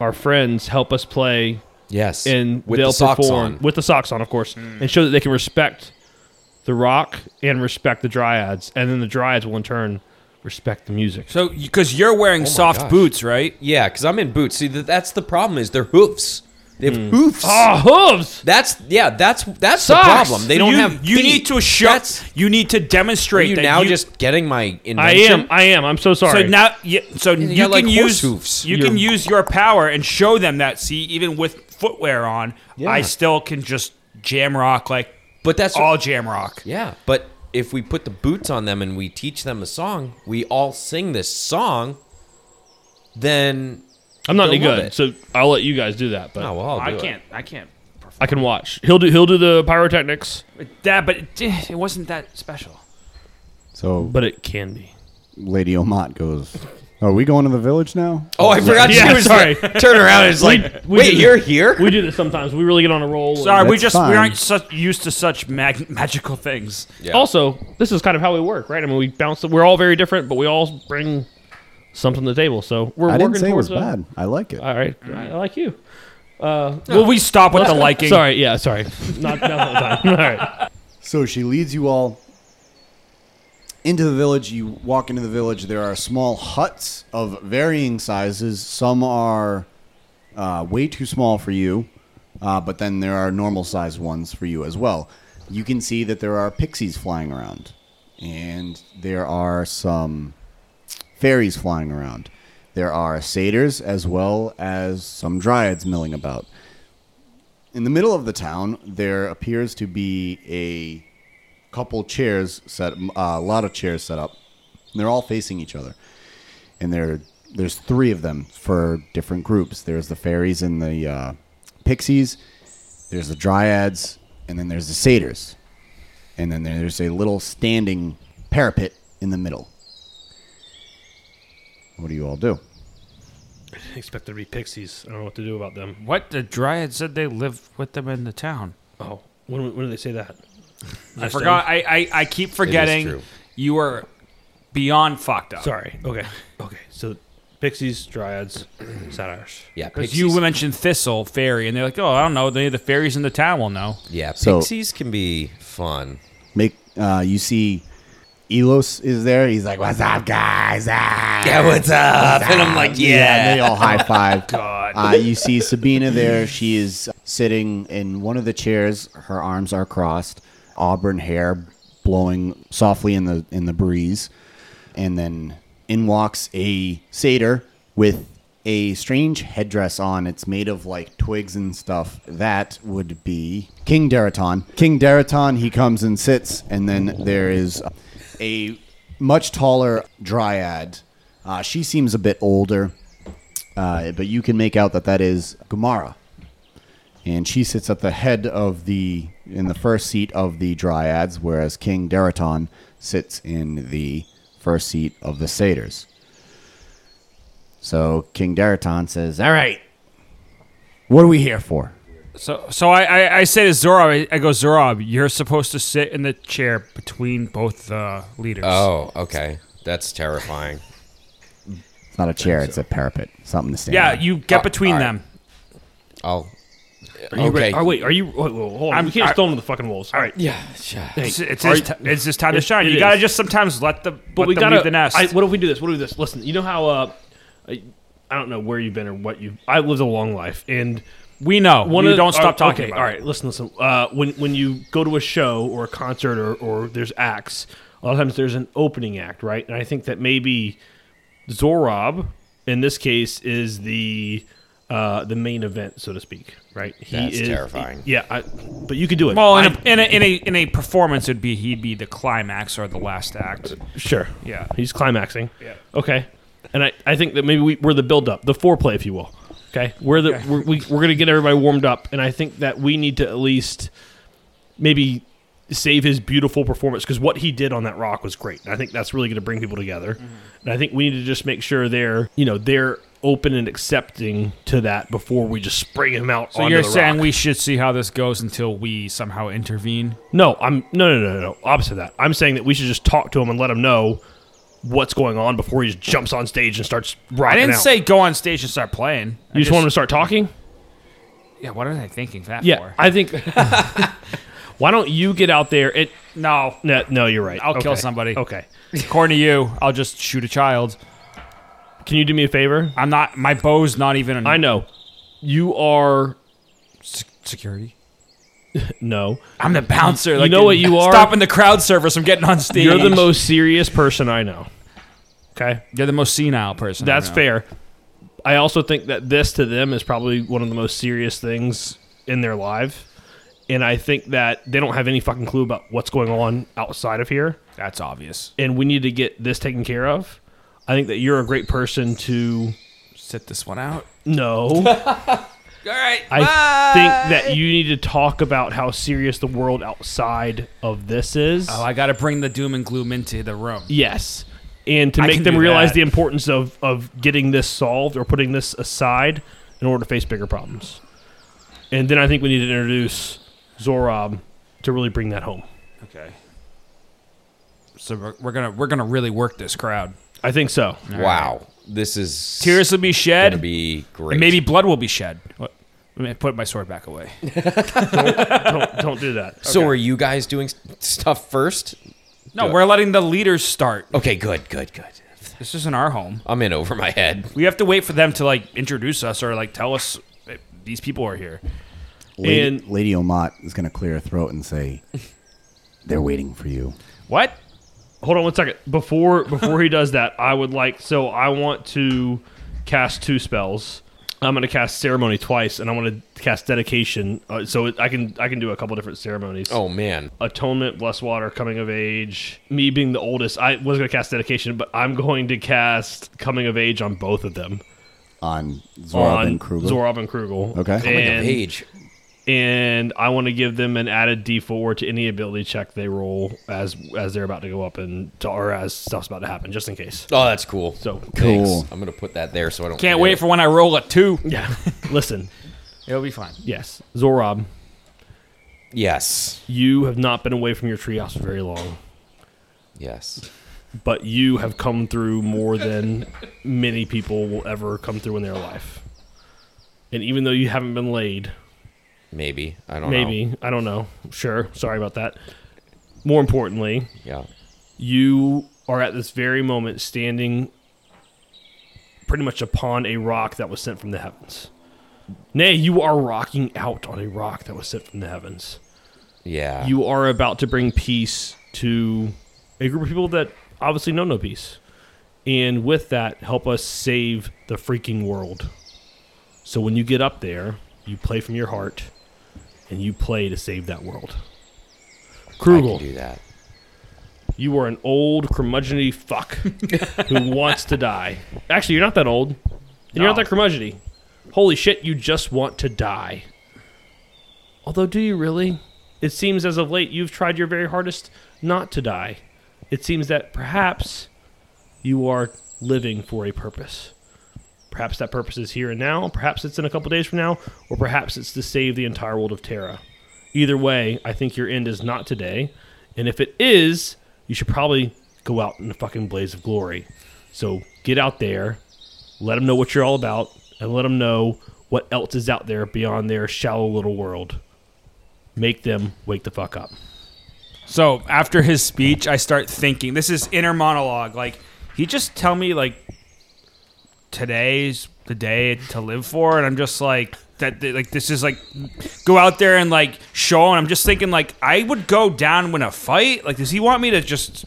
our friends, help us play
yes.
and
with
they'll
the socks
perform
on.
with the socks on, of course, and show that they can respect the rock and respect the dryads, and then the dryads will in turn respect the music.
So, because you're wearing soft
Oh gosh.
boots, right?
yeah, because I'm in boots. See, that, that's the problem is their hoofs. They have hoofs.
Hmm. Ah, hooves!
That's yeah. That's that's
Socks!
the problem. They don't
you,
have.
You
feet.
need to show.
That's-
You need to
Are
demonstrate
you
that
now
you,
just getting my invention?
I am. I am. I'm so sorry.
So now, yeah, so you,
got,
can
like, horse
use
hooves.
you
You're-
can use your power and show them that. See, even with footwear on, I still can just jam rock like
But that's
Ah.
all jam rock.
Yeah, but if we put the boots on them and we teach them a song, we all sing this song. Then
I'm not any
they'll love
good,
it.
so I'll let you guys do that. But
oh well, I'll
I
do it.
can't. I can't. perform
I can watch. He'll do. He'll do the pyrotechnics,
That, but it, eh, it wasn't that special.
So
but it can be.
Lady Omat goes, "Are we going to the village now?"
Oh, I forgot
Yeah,
she was
sorry.
Turn around. It's like,
we
wait,
did-
you're here.
We do this sometimes. We really get on a roll. and-
Sorry, we
That's
just
fine.
we aren't such, used to such mag- magical things.
Yeah.
Also, this is kind of how we work, right? I mean, we bounce. We're all very different, but we all bring something to the table. So we're
I
working
didn't say it
towards
was
a-
bad. I like it.
All right, I I like you.
Will we stop with the liking?
Sorry, yeah, sorry. Not, not the whole time. All right.
So she leads you all into the village. You walk into the village. There are small huts of varying sizes. Some are uh, way too small for you, uh, but then there are normal sized ones for you as well. You can see that there are pixies flying around, and there are some fairies flying around. There are satyrs as well as some dryads milling about. In the middle of the town, there appears to be a couple chairs set, uh, a lot of chairs set up. And they're all facing each other, and there there's three of them for different groups. There's the fairies and the uh, pixies. There's the dryads, and then there's the satyrs, and then there's a little standing parapet in the middle. What do you all do?
Expect there to be pixies. I don't know what to do about them.
What the dryad said they live with them in the town.
Oh, when, when do they say that?
I forgot. I, I I keep
true.
forgetting. You were beyond fucked up.
Sorry. Okay. Okay. So pixies, dryads, satyrs.
yeah,
Because
pixies.
you mentioned Thistle Fairy, and they're like, oh, I don't know. They, the fairies in the town will know.
yeah,
So-
pixies can be fun.
Make uh, you see, Elos is there. He's like, "What's up, guys?" Ah."
Yeah, what's up? And I'm like,
and
yeah.
they all high five.
God.
Uh, you see Sabina there. She is sitting in one of the chairs. Her arms are crossed, auburn hair blowing softly in the in the breeze, and then in walks a satyr with a strange headdress on. It's made of like twigs and stuff. That would be King Daraton. King Daraton. He comes and sits, and then there is a much taller dryad. Uh, she seems a bit older. Uh, but you can make out that that is Gomara, and she sits at the head of the in the first seat of the dryads, whereas King Daraton sits in the first seat of the satyrs. So King Daraton says, "All right, what are we here for?"
So, so I, I, I say to Zorob, I, I go, Zorob, you're supposed to sit in the chair between both the leaders.
Oh, okay. That's terrifying.
It's not a chair; it's a parapet, something to stand.
Yeah,
on.
you get
Oh,
between
all right.
them.
I'll.
You
okay.
re- oh, wait, are you? Wait, whoa, hold on.
I'm-
we can't
I-
just throw them to the fucking wolves. All right.
yeah. sure.
It's, it's, just, ti- it's just time to shine.
it
You gotta
is.
just sometimes let the
but
let
we
them
gotta.
leave the nest.
I, what if we do this? What if we do this? Listen, you know how uh, I, I don't know where you've been or what you. have I've lived a long life, and
we know.
one
you
of the-
don't stop
oh,
talking.
Okay,
about
all
it.
right. Listen, listen. Uh, when when you go to a show or a concert or, or there's acts, a lot of times there's an opening act, right? And I think that maybe Zorob, in this case, is the uh, the main event, so to speak, right? He
That's terrifying.
Yeah, I, but you could do it.
Well, in
I-
a, in a in a in a performance, it'd be he'd be the climax or the last act.
Sure.
Yeah.
He's climaxing. Yeah. Okay. And I, I think that maybe we, we're the build up, uh, the foreplay, if you will. Okay. We're the we're, we, we're going to get everybody warmed up, and I think that we need to at least maybe save his beautiful performance because what he did on that rock was great. And I think that's really going to bring people together.
Mm-hmm.
And I think we need to just make sure they're you know they're open and accepting to that before we just spring him out.
So
onto
you're
the
saying
rock.
we should see how this goes until we somehow intervene.
No, I'm no no no no, no opposite of that. I'm saying that we should just talk to him and let him know what's going on before he just jumps on stage and starts
I
rocking
didn't
out.
say go on stage and start playing. I
you just, want him to start talking.
Yeah, what are they thinking that
Yeah,
for?
I think. why don't you get out there? It
no,
no, no you're right.
I'll kill
Okay.
somebody.
Okay,
According to you, I'll just shoot a child.
can you do me a favor?
I'm not. My bow's not even.
I know you are
security.
no.
I'm the bouncer.
know what you are?
Stopping the crowd service from getting on stage.
You're the most serious person I know. Okay,
You're the most senile person. I
that's
know.
fair. I also think that this to them is probably one of the most serious things in their life. And I think that they don't have any fucking clue about what's going on outside of here.
That's obvious.
And we need to get this taken care of. I think that you're a great person to
Sit this one out.
know.
All right.
I think that you need to talk about how serious the world outside of this is.
Oh, I got to bring the doom and gloom into the room.
Yes. And to
I
make
can
them
do
realize
that.
the importance of, of getting this solved or putting this aside in order to face bigger problems. And then I think we need to introduce Zorob to really bring that home.
Okay. So we're, we're gonna we're gonna really work this crowd.
I think so.
Wow. This is
Tears will be
gonna
shed.
be great.
and maybe blood will be shed. What? Let me put my sword back away.
Don't, don't do that.
So are you guys doing s- stuff first?
No, we're letting the leaders start.
Okay. Good. Good. Good.
Oh, This isn't our home.
I'm in over my head.
We have to wait for them to like introduce us or like tell us eh, these people are here.
Lady,
and-
Lady Omot is going to clear her throat and say, "They're waiting for you."
What?
Hold on one second. Before before he does that, I would like so I want to cast two spells. I'm going to cast ceremony twice, and I want to cast dedication. Uh, so it, I can I can do a couple different ceremonies.
Oh man.
atonement, blessed water, coming of age. Me being the oldest, I was going to cast dedication, but I'm going to cast coming of age on both of them.
On Zorob
on
and Kruger.
Zorob and Krugel.
Okay. Coming
and,
Page.
and I want to give them an added D4 to any ability check they roll as as they're about to go up and to, or as stuff's about to happen, just in case.
Oh, that's cool.
So
Thanks.
Cool.
I'm gonna put that there so I don't.
Can't
forget
wait
it.
for when I roll a two.
yeah, listen.
It'll be fine.
Yes, Zorob,
Yes.
you have not been away from your treehouse for very long.
Yes.
but you have come through more than many people will ever come through in their life. And even though you haven't been laid,
Maybe. I don't know.
maybe, I don't know, sure, sorry about that. More importantly,
Yeah.
you are at this very moment standing pretty much upon a rock that was sent from the heavens. Nay, you are rocking out on a rock that was sent from the heavens.
Yeah.
You are about to bring peace to a group of people that obviously know no peace. And with that, help us save the freaking world. So when you get up there, you play from your heart and you play to save that world.
I can
Krugel,
do that.
you are an old curmudgeony fuck who wants to die. Actually, you're not that old. And you're not that curmudgeony. Holy shit, you just want to die. Although, do you really? It seems as of late you've tried your very hardest not to die. It seems that perhaps you are living for a purpose. Perhaps that purpose is here and now, perhaps it's in a couple days from now, or perhaps it's to save the entire world of Terra. Either way, I think your end is not today. And if it is, you should probably go out in a fucking blaze of glory. So get out there, let them know what you're all about, and let them know what else is out there beyond their shallow little world. Make them wake the fuck up.
So after his speech, I start thinking. This is inner monologue. Like he just tell me like today's the day to live for, and I'm just like that. that, Like this is like go out there and like show. And I'm just thinking like I would go down when a fight. Like does he want me to just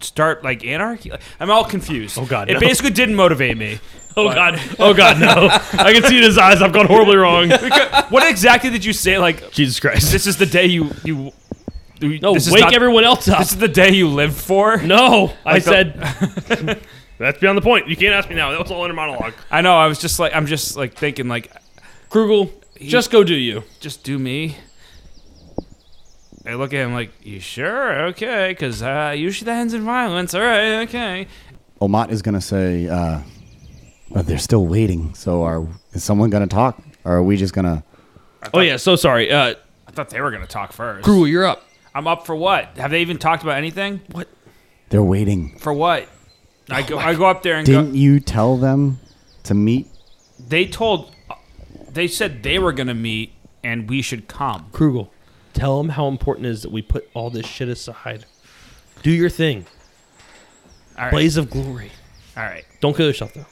start like anarchy? Like, I'm all confused. Oh
God,
It
no.
basically didn't motivate me.
Oh god! Oh god! No, I can see in his eyes. I've gone horribly wrong.
what exactly did you say? Like
Jesus Christ!
this is the day you you.
no,
this is
wake
not-
everyone else up.
This is the day you live for.
no, I
Like the-
said. That's beyond the point. You can't ask me now. That was all inner monologue.
I know. I was just like I'm just like thinking like
Krugel, just go do you.
just do me. I look at him like, you sure? Okay, because uh, usually that ends in violence. All right, okay.
Omat is going to say, uh, "Oh, they're still waiting. So are is someone going to talk? Or are we just going to?
Oh yeah, so sorry. Uh,
I thought they were going to talk first.
Krugel, you're up.
I'm up for what? Have they even talked about anything?
They're waiting.
For what? I go, I go up there and
Didn't
go.
you tell them to meet?
They told, they said they were going to meet and we should come.
Krugel, tell them how important it is that we put all this shit aside. Do your thing.
All right.
Blaze of glory.
All right.
Don't kill yourself though.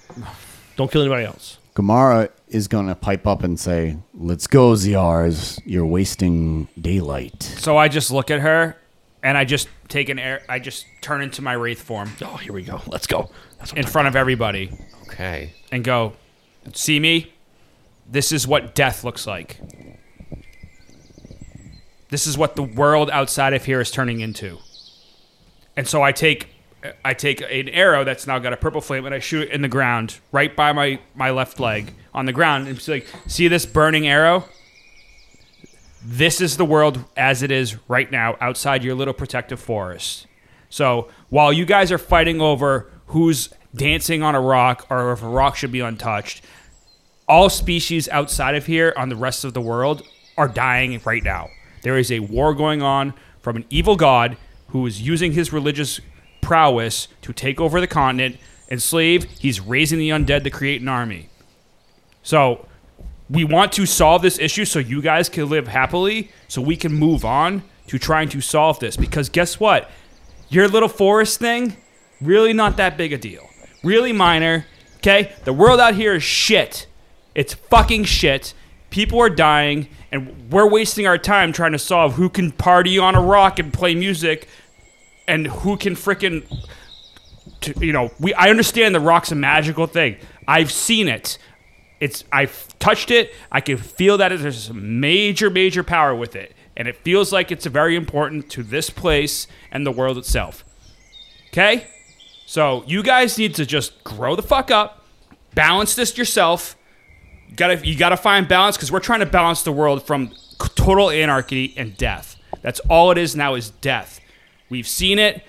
Don't kill anybody else.
Gamara is going to pipe up and say, "Let's go, Ziars. You're wasting daylight."
So I just look at her and I just take an air, I just turn into my wraith form
Oh, here we go. Let's go. That's what
in front of everybody
Okay.
and go, see me? This is what death looks like. This is what the world outside of here is turning into. And so I take I take an arrow that's now got a purple flame and I shoot it in the ground, right by my, my left leg on the ground. And it's like, see this burning arrow? This is the world as it is right now outside your little protective forest. So while you guys are fighting over who's dancing on a rock or if a rock should be untouched, all species outside of here on the rest of the world are dying right now. There is a war going on from an evil god who is using his religious prowess to take over the continent, enslave, he's raising the undead to create an army. So we want to solve this issue so you guys can live happily, so we can move on to trying to solve this. Because guess what? Your little forest thing, really not that big a deal. Really minor. Okay? The world out here is shit. It's fucking shit. People are dying, and we're wasting our time trying to solve who can party on a rock and play music and who can frickin' t- you know, we I understand the rock's a magical thing. I've seen it. It's I've touched it. I can feel that there's some major, major power with it, and it feels like it's very important to this place and the world itself. Okay, so you guys need to just grow the fuck up, balance this yourself. You gotta you gotta find balance because we're trying to balance the world from c- total anarchy and death. That's all it is now is death. We've seen it.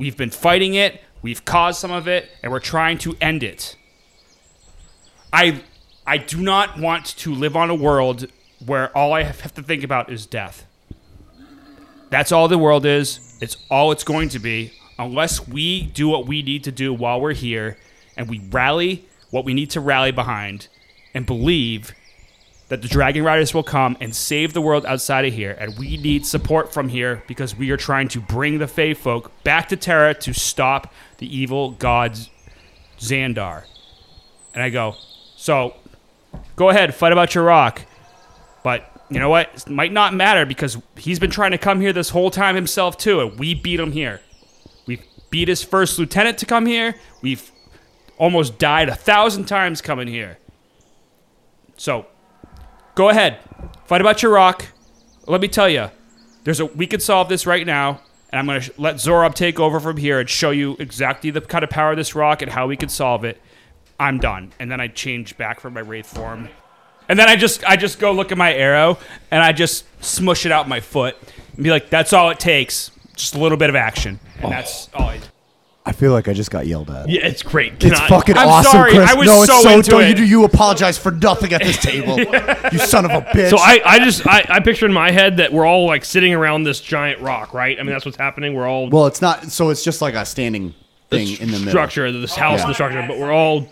We've been fighting it. We've caused some of it, and we're trying to end it. I I do not want to live on a world where all I have to think about is death. That's all the world is. It's all it's going to be unless we do what we need to do while we're here and we rally what we need to rally behind and believe that the Dragon Riders will come and save the world outside of here, and we need support from here because we are trying to bring the Fey folk back to Terra to stop the evil gods Xandar. And I go, so Go ahead, fight about your rock. But you know what? It might not matter because he's been trying to come here this whole time himself too, and we beat him here. We beat his first lieutenant to come here. We've almost died a thousand times coming here. So, go ahead, fight about your rock. Let me tell you, there's a we could solve this right now, and I'm gonna sh- let Zorob take over from here and show you exactly the kind of power of this rock and how we could solve it. I'm done, and then I change back from my wraith form, and then I just I just go look at my arrow and I just smush it out my foot and be like, that's all it takes, just a little bit of action,
Oh.
and that's all. I-
I feel like I just got yelled at.
Yeah, it's great. Can
It's
I-
fucking
I'm
awesome,
sorry,
Chris.
I was
no, it's
so
so
into
dope.
it.
You, you apologize for nothing at this table. You son of a bitch.
So I, I just I, I picture in my head that we're all like sitting around this giant rock, right? I mean that's what's happening. We're all
well, it's not. So it's just like a standing thing in the middle.
structure, this house,
Yeah.
and the structure, but we're all.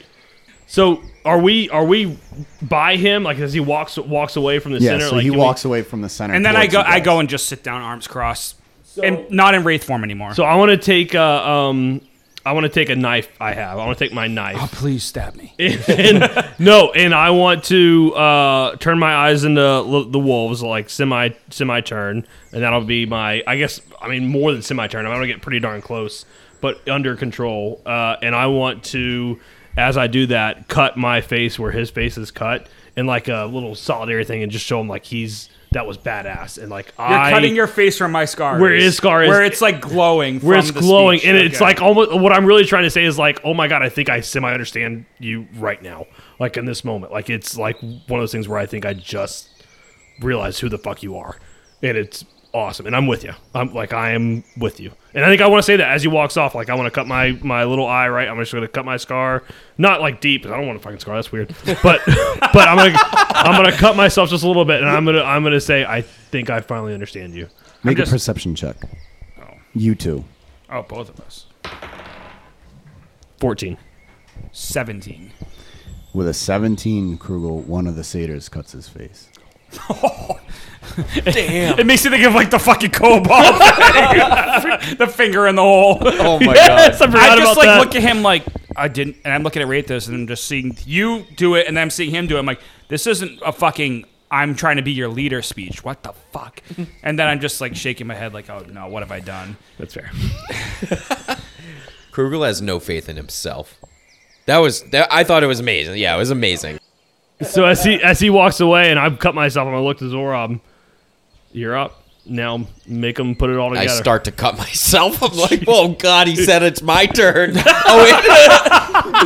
So are we? Are we by him? Like as he walks walks away from the
Yeah.
center,
so
like
he
can we-
walks away from the center.
and then I
towards
go
you
I
guys.
go and just sit down, arms crossed, and not in wraith form anymore.
so I want to take. Uh, um, I want to take a knife I have. I want to take my knife.
Oh, please stab me.
and, no, and I want to uh, turn my eyes into l- the wolves, like semi semi turn, and that'll be my. I guess I mean more than semi turn. I'm gonna get pretty darn close, but under control. Uh, and I want to, as I do that, cut my face where his face is cut, and like a little solidary thing, and just show him like he's that was badass, and like
You're
I
cutting your face from my scar.
Where his scar is-
Where it's like glowing.
where
from
it's
the
glowing
speech.
and it's
Okay.
like almost what i'm really trying to say is like oh my god i think i semi understand you right now like in this moment like it's like one of those things where i think i just realized who the fuck you are and it's awesome and i'm with you i'm like i am with you and i think i want to say that as he walks off like i want to cut my my little eye right i'm just gonna cut my scar not like deep i don't want to fucking scar that's weird but but i'm gonna i'm gonna cut myself just a little bit and i'm gonna i'm gonna say i think i finally understand you
make
just-
a perception check. You two.
oh, both of us.
14
Seventeen.
With a 17 Krugel, one of the satyrs cuts his face.
It makes you think of like the fucking cobalt, the finger in the hole.
Oh my
yes, I
god.
forgot
I
about
just like
that.
look at him like I didn't, and I'm looking at Rathos and I'm just seeing you do it, and I'm seeing him do it. I'm like, this isn't a fucking. I'm trying to be your leader speech. What the fuck? and then I'm just like shaking my head, like, oh no, what have I done?
That's fair.
Krugel has no faith in himself. That was that, I thought it was amazing. Yeah, it was amazing.
So as he as he walks away, and I've cut myself, I'm gonna look to Zorob. You're up now. Make him put it all
I
together.
start to cut myself. I'm like, oh god, he said it's my turn. Oh wait.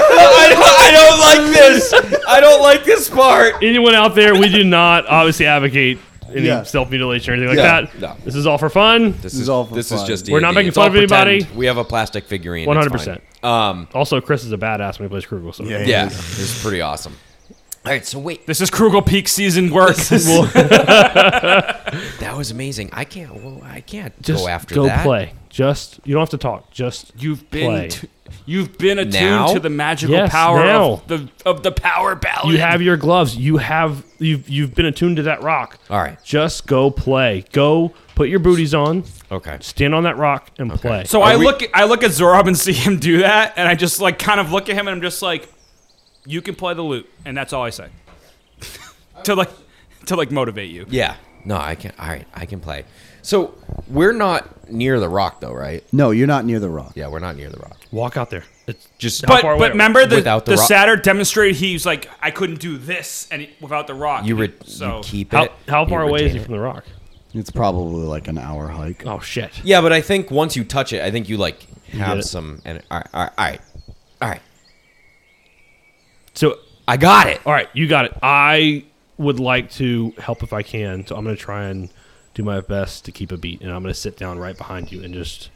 I, don't, I don't like this. I don't like this part.
Anyone out there? We do not obviously advocate any
Yeah.
self mutilation or anything like
Yeah,
that.
no.
This is all for fun.
This
is
is
all for
this
fun.
is just
We're not
D&D.
making
It's all
fun of anybody.
pretend. We have a plastic figurine. It's
100%.
fine. Um,
Also, Chris is a badass when he plays Krugel. So
yeah, it's pretty awesome. All right, so wait,
This is Krugel Peak season work.
that was amazing. I can't. Well, I can't
just
go after
go
that.
play. Just you don't have to talk. Just
You've
play.
been t- you've been attuned
Now?
to the magical
Yes,
power
now.
of the of the power ballad.
you have your gloves. You have you've you've been attuned to that rock.
All right.
Just go play. Go put your booties on.
Okay.
Stand on that rock and play.
so
Are
I
we-
look I look at Zorob and see him do that, and I just like kind of look at him and I'm just like, you can play the lute, and that's all I say. to like to like motivate you.
Yeah. No, I can. All right, I can play. So we're not near the rock, though, right?
No, you're not near the rock.
Yeah, we're not near the rock.
Walk out there. It's
Just
But
far away
but
are we?
remember the
Without the
the,
rock?
satyr demonstrated he's like I couldn't do this and it- without the rock.
you, re-
so
you keep
How,
it.
how
you
far away is
retain
he
it.
from the rock?
It's probably like an hour hike.
Oh shit!
Yeah, but I think once you touch it, I think you like
get
have
it.
some. And all right, all right, all right, all right.
So,
I got it.
all right, you got it. I would like to help if I can, so I'm going to try and do my best to keep a beat, and I'm going to sit down right behind you and just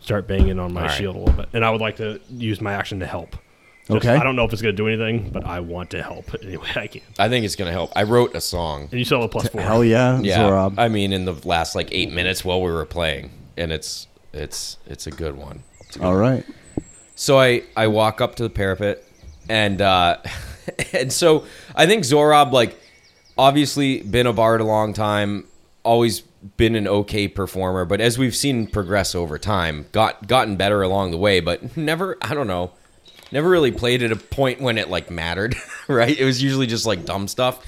start banging on my
All right.
shield a little bit. And I would like to use my action to help. Just-
Okay.
I don't know if it's going to do anything, but I want to help any way I can.
I think it's gonna help. I wrote a song.
And you still have a plus four.
Hell yeah,
Yeah,
Zorob.
I mean, in the last like eight minutes while we were playing, and it's it's it's a good one.
All right.
So I, I walk up to the parapet, and uh, and so I think Zorob like obviously been a bard a long time, always been an okay performer, but as we've seen progress over time, got gotten better along the way, but never I don't know never really played at a point when it like mattered, right? It was usually just like dumb stuff.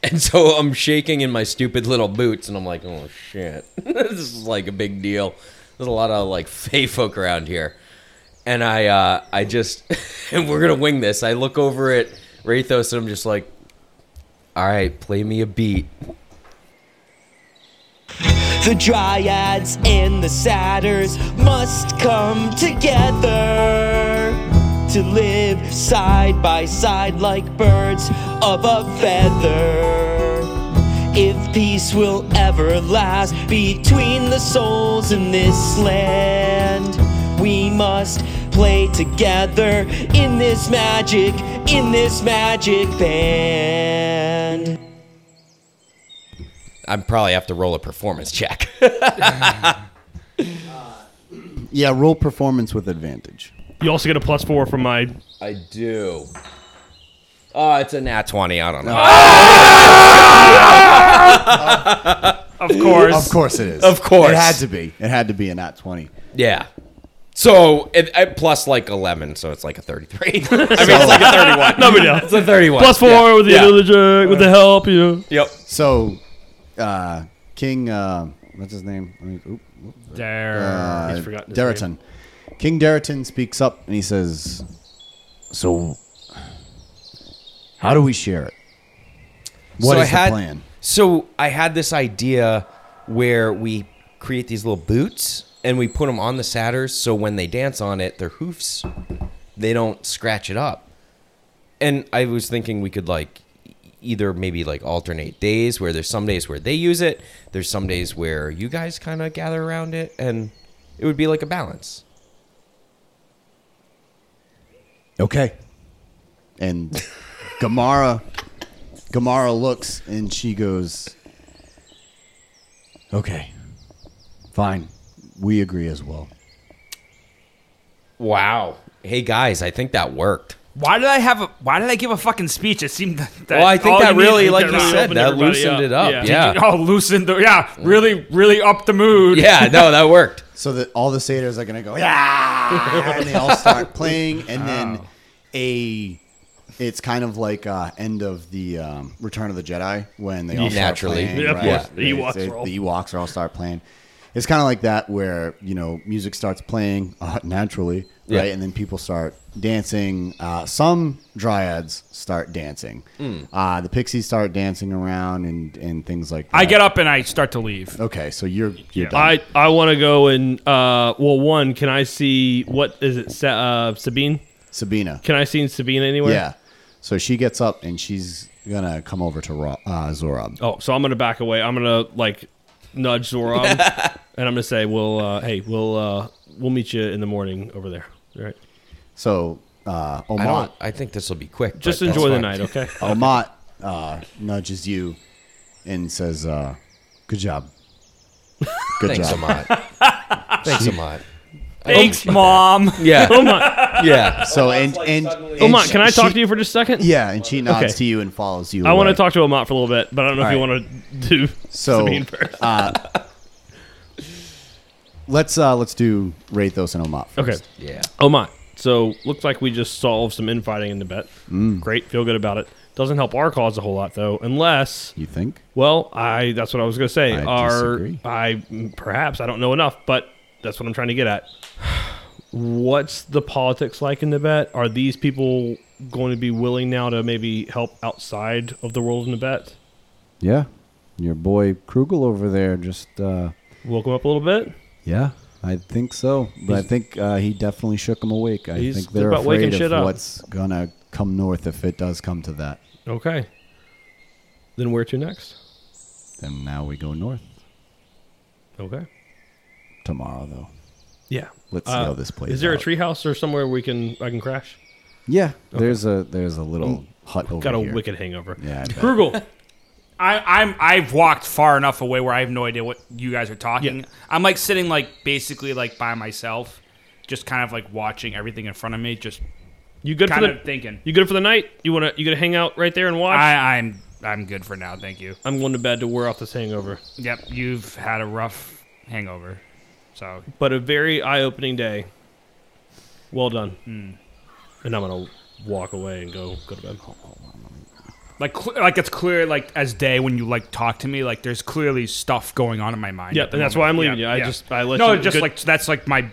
And so I'm shaking in my stupid little boots and I'm like, oh shit. this is like a big deal. There's a lot of like fey folk around here. And I uh I just and we're gonna wing this. I look over at Rathos and I'm just like, Alright, play me a beat.
The dryads and the satyrs must come together to live side by side like birds of a feather. If peace will ever last between the souls in this land, we must play together in this magic, in this magic band.
I probably have to roll a performance check.
Yeah, roll performance with advantage.
You also get a plus four from my.
I do. Oh, it's a nat 20. I don't know.
Ah. Of course.
Of course it is.
Of course.
It had to be. It had to be a not 20.
Yeah. So it, it- plus like eleven, so it's like a thirty-three. I mean, it's like a thirty-one.
No, we don't.
It's a thirty-one.
Plus four
Yeah.
with the
yeah.
end of the jug, with the help, you know.
Yep.
So, uh, King, uh, what's his name? Let me- oop, oop.
There.
Uh,
forgotten his
Deraton. King Deraton speaks up and he says, So, how do we share it? What is
so I
the
had,
plan?
So I had this idea where we create these little boots and we put them on the satyrs, so when they dance on it, their hoofs they don't scratch it up. And I was thinking we could like either maybe like alternate days where there's some days where they use it, there's some days where you guys kind of gather around it, and it would be like a balance.
Okay. And Gamara, Gamara looks and she goes, Okay, fine. We agree as well.
Wow. Hey guys, I think that worked.
Why did I have a? Why did I give a fucking speech? It seemed that. that
well, I think
all
that
you needed
really,
was
like
to
you
round
said,
it
that
everybody
loosened
up.
it up.
up.
Yeah.
Oh, loosened the yeah, really, really up the mood.
Yeah, no, that worked.
So that all the satyrs are gonna go, yeah, and they all start playing, and then a, it's kind of like uh, end of the um, Return of the Jedi when they all start
Naturally.
playing,
Yeah, of
right?
course.
The
They-
Ewoks
they-
are all-
the Ewoks are all start playing. It's kind of like that where you know music starts playing uh, naturally,
Yeah.
right, and then people start dancing. Uh, some dryads start dancing. Uh, the pixies start dancing around and and things like. that.
I get up and I start to leave.
Okay, so you're you're done.
I, I want to go and uh well one can I see what is it Sa- uh, Sabine
Sabina.
can I see Sabine anywhere
Yeah. So she gets up and she's gonna come over to Ro- uh, Zorab.
oh so I'm gonna back away I'm gonna like nudge Zora and I'm gonna say well uh, hey we'll uh, we'll meet you in the morning over there all right
So uh,
I
Omat,
don't. I think this will be quick.
just
but that's
enjoy the
fine.
night okay
Omat uh, nudges you and says, uh, "Good job. Good
Thanks a
job."
lot. Thanks a lot.
Thanks, mom.
Yeah,
oh my
yeah.
So and and,
oh
and
my
she-
can I talk
she-
to you for just a second
Yeah, and she nods
Okay.
to you and follows you.
I want to
away.
talk to Omat for a little bit but I don't know if you want to do
So
Sabine first
uh, let's uh, let's do Rathos and Omat. First.
okay
Yeah.
Oh my. So looks like we just solved some infighting in Tibet.
Mm.
Great, feel good about it. Doesn't help our cause a whole lot though, unless
You think?
well, I that's what I was gonna say.
I
our
disagree.
I perhaps I don't know enough, but that's what I'm trying to get at. What's the politics like in Tibet? Are these people going to be willing now to maybe help outside of the world of Tibet?
Yeah. Your boy Krugel over there just. Uh,
Woke him up a little bit.
Yeah, I think so. But I think uh, he definitely shook him awake. I
He's
think they're
about waking
afraid of
shit up.
what's gonna come north if it does come to that.
Okay. Then where to next?
Then now we go north
Okay.
tomorrow, though.
Yeah.
Let's see
Uh,
how this plays.
Is there a
out.
treehouse or somewhere we can I can crash?
Yeah, there's a there's a little hut over
Mm. Got a
here.
wicked hangover.
Yeah, I bet.
Krugel.
I, I'm I've walked far enough away where I have no idea what you guys are talking.
Yeah.
I'm like sitting like basically like by myself, just kind of like watching everything in front of me, just
You good
kind
for the
of thinking.
You good for the night? You wanna you gonna hang out right there and watch?
I, I'm I'm good for now, thank you.
am going to bed to wear off this hangover.
Yep, you've had a rough hangover, so
Hmm.
But a very eye opening day. Well done. and I'm gonna walk away and go go to bed.
Like, cl- like it's clear, like as day when you like talk to me, like there's clearly stuff going on in my mind.
Yeah,
at the
and that's
moment.
why I'm leaving you. I just- I let
no,
you-
just
good-
like that's like my p-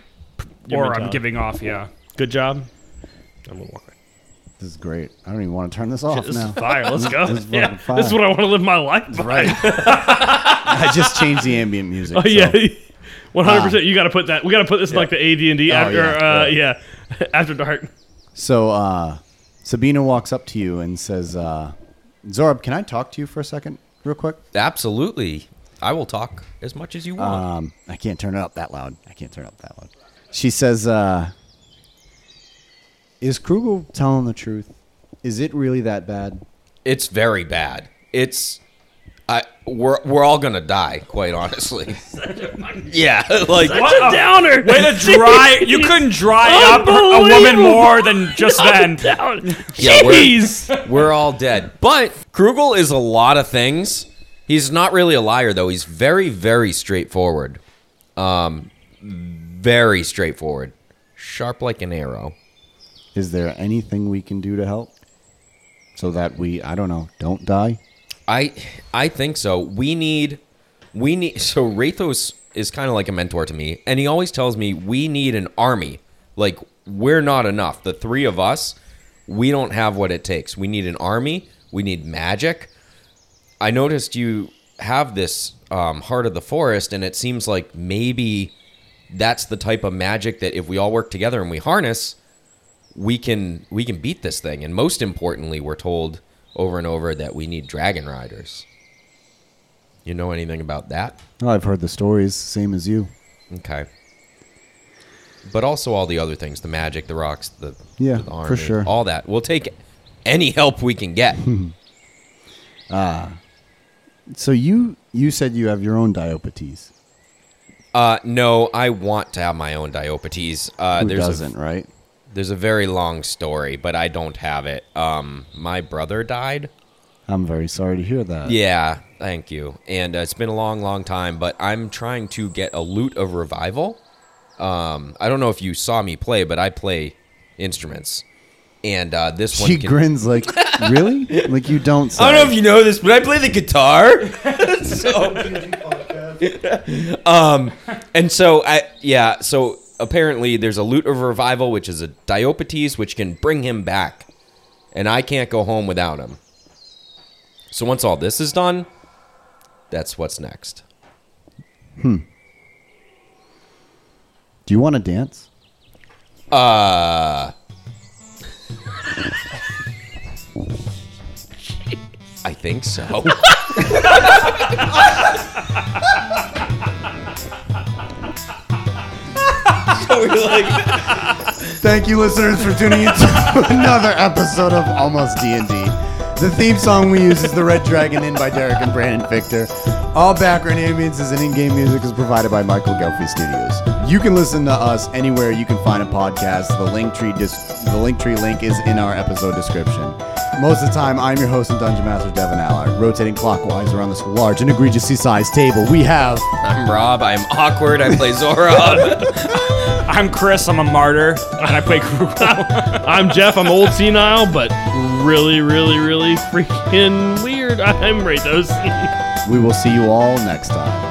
Your
aura I'm
mentality.
giving off. Yeah,
Good job. I'm gonna walk away.
This is great. I don't even want to turn this off
This
now.
is fire. Let's go.
This is
yeah,
fucking fire.
this is what I want to live my life. By.
Right. I just changed the ambient music.
Oh
so- um,
yeah, one hundred percent. You got to put that. We got to put this in like the AD and D
Oh,
after.
yeah,
uh, yeah. after dark.
So uh, Sabina walks up to you and says, uh, "Zorb, can I talk to you for a second, real quick?
Absolutely. I will talk as much as you want.
Um, I can't turn it up that loud. I can't turn it up that loud." She says, uh, "Is Krugel telling the truth? Is it really that bad?"
it's very bad. It's I we're we're all gonna die, quite honestly. yeah, like
What a downer.
way to dry. you couldn't dry up a woman
Unbelievable.
more than just then.
Down.
Yeah, we're-
Jeez.
we're all dead. But Krugel is a lot of things. He's not really a liar though. He's very very straightforward. Um, very straightforward, sharp like an arrow.
Is there anything we can do to help so that we, I don't know, don't die?
I I think so. We need we need so Rathos is kind of like a mentor to me, and he always tells me we need an army. Like we're not enough. The three of us, we don't have what it takes. We need an army. We need magic. I noticed you have this um, heart of the forest, and it seems like maybe that's the type of magic that if we all work together and we harness, we can we can beat this thing. And most importantly, we're told over and over that we need dragon riders. You know anything about that?
Well, I've heard the stories, same as you.
Okay. But also all the other things, the magic, the rocks, the
Yeah,
the
for
army,
sure.
all that. We'll take any help we can get.
So you you said you have your own Diopetes.
uh, no, I want to have my own Diopetes. Uh,
Who
there's a-
doesn't, right?
There's a very long story, but I don't have it. Um, my brother died.
I'm very sorry to hear that.
Yeah, thank you. And uh, it's been a long, long time, but I'm trying to get a lute of revival. Um, I don't know if you saw me play, but I play instruments, and uh, this
She
one. Can-
grins like, really? Like you don't say.
I don't know if you know this, but I play the guitar. so, um, and so I yeah. So apparently, there's a lute of revival, which is a Diopetes, which can bring him back, and I can't go home without him. So once all this is done, that's what's next.
Do you want to dance?
I think so.
Thank you, listeners, for tuning in to another episode of Almost D&D. The theme song we use is The Red Dragon Inn by Derek and Brandon Victor. All background ambiences and in-game music is provided by Michael Gelfi Studios. You can listen to us anywhere you can find a podcast. The Linktree, dis- the Linktree link is in our episode description. Most of the time, I'm your host and Dungeon Master Devin Allard. Rotating clockwise around this large and egregiously sized table, we have...
I'm Rob. I'm awkward. I play Zora.
I'm Chris. I'm a martyr, and I play Krugel.
I'm Jeff. I'm old senile, but really, really, really freaking weird. I'm Rathos.
We will see you all next time.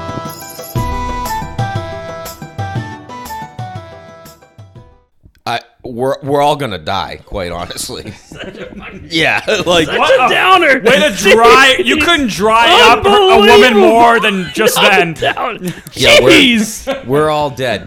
I, we're we're all gonna die, quite honestly. yeah, like
What a downer.
Way to dry. You couldn't dry up a woman
Unbelievable.
more than just then.
Down.
Yeah, we're-
Jeez.
we're all dead.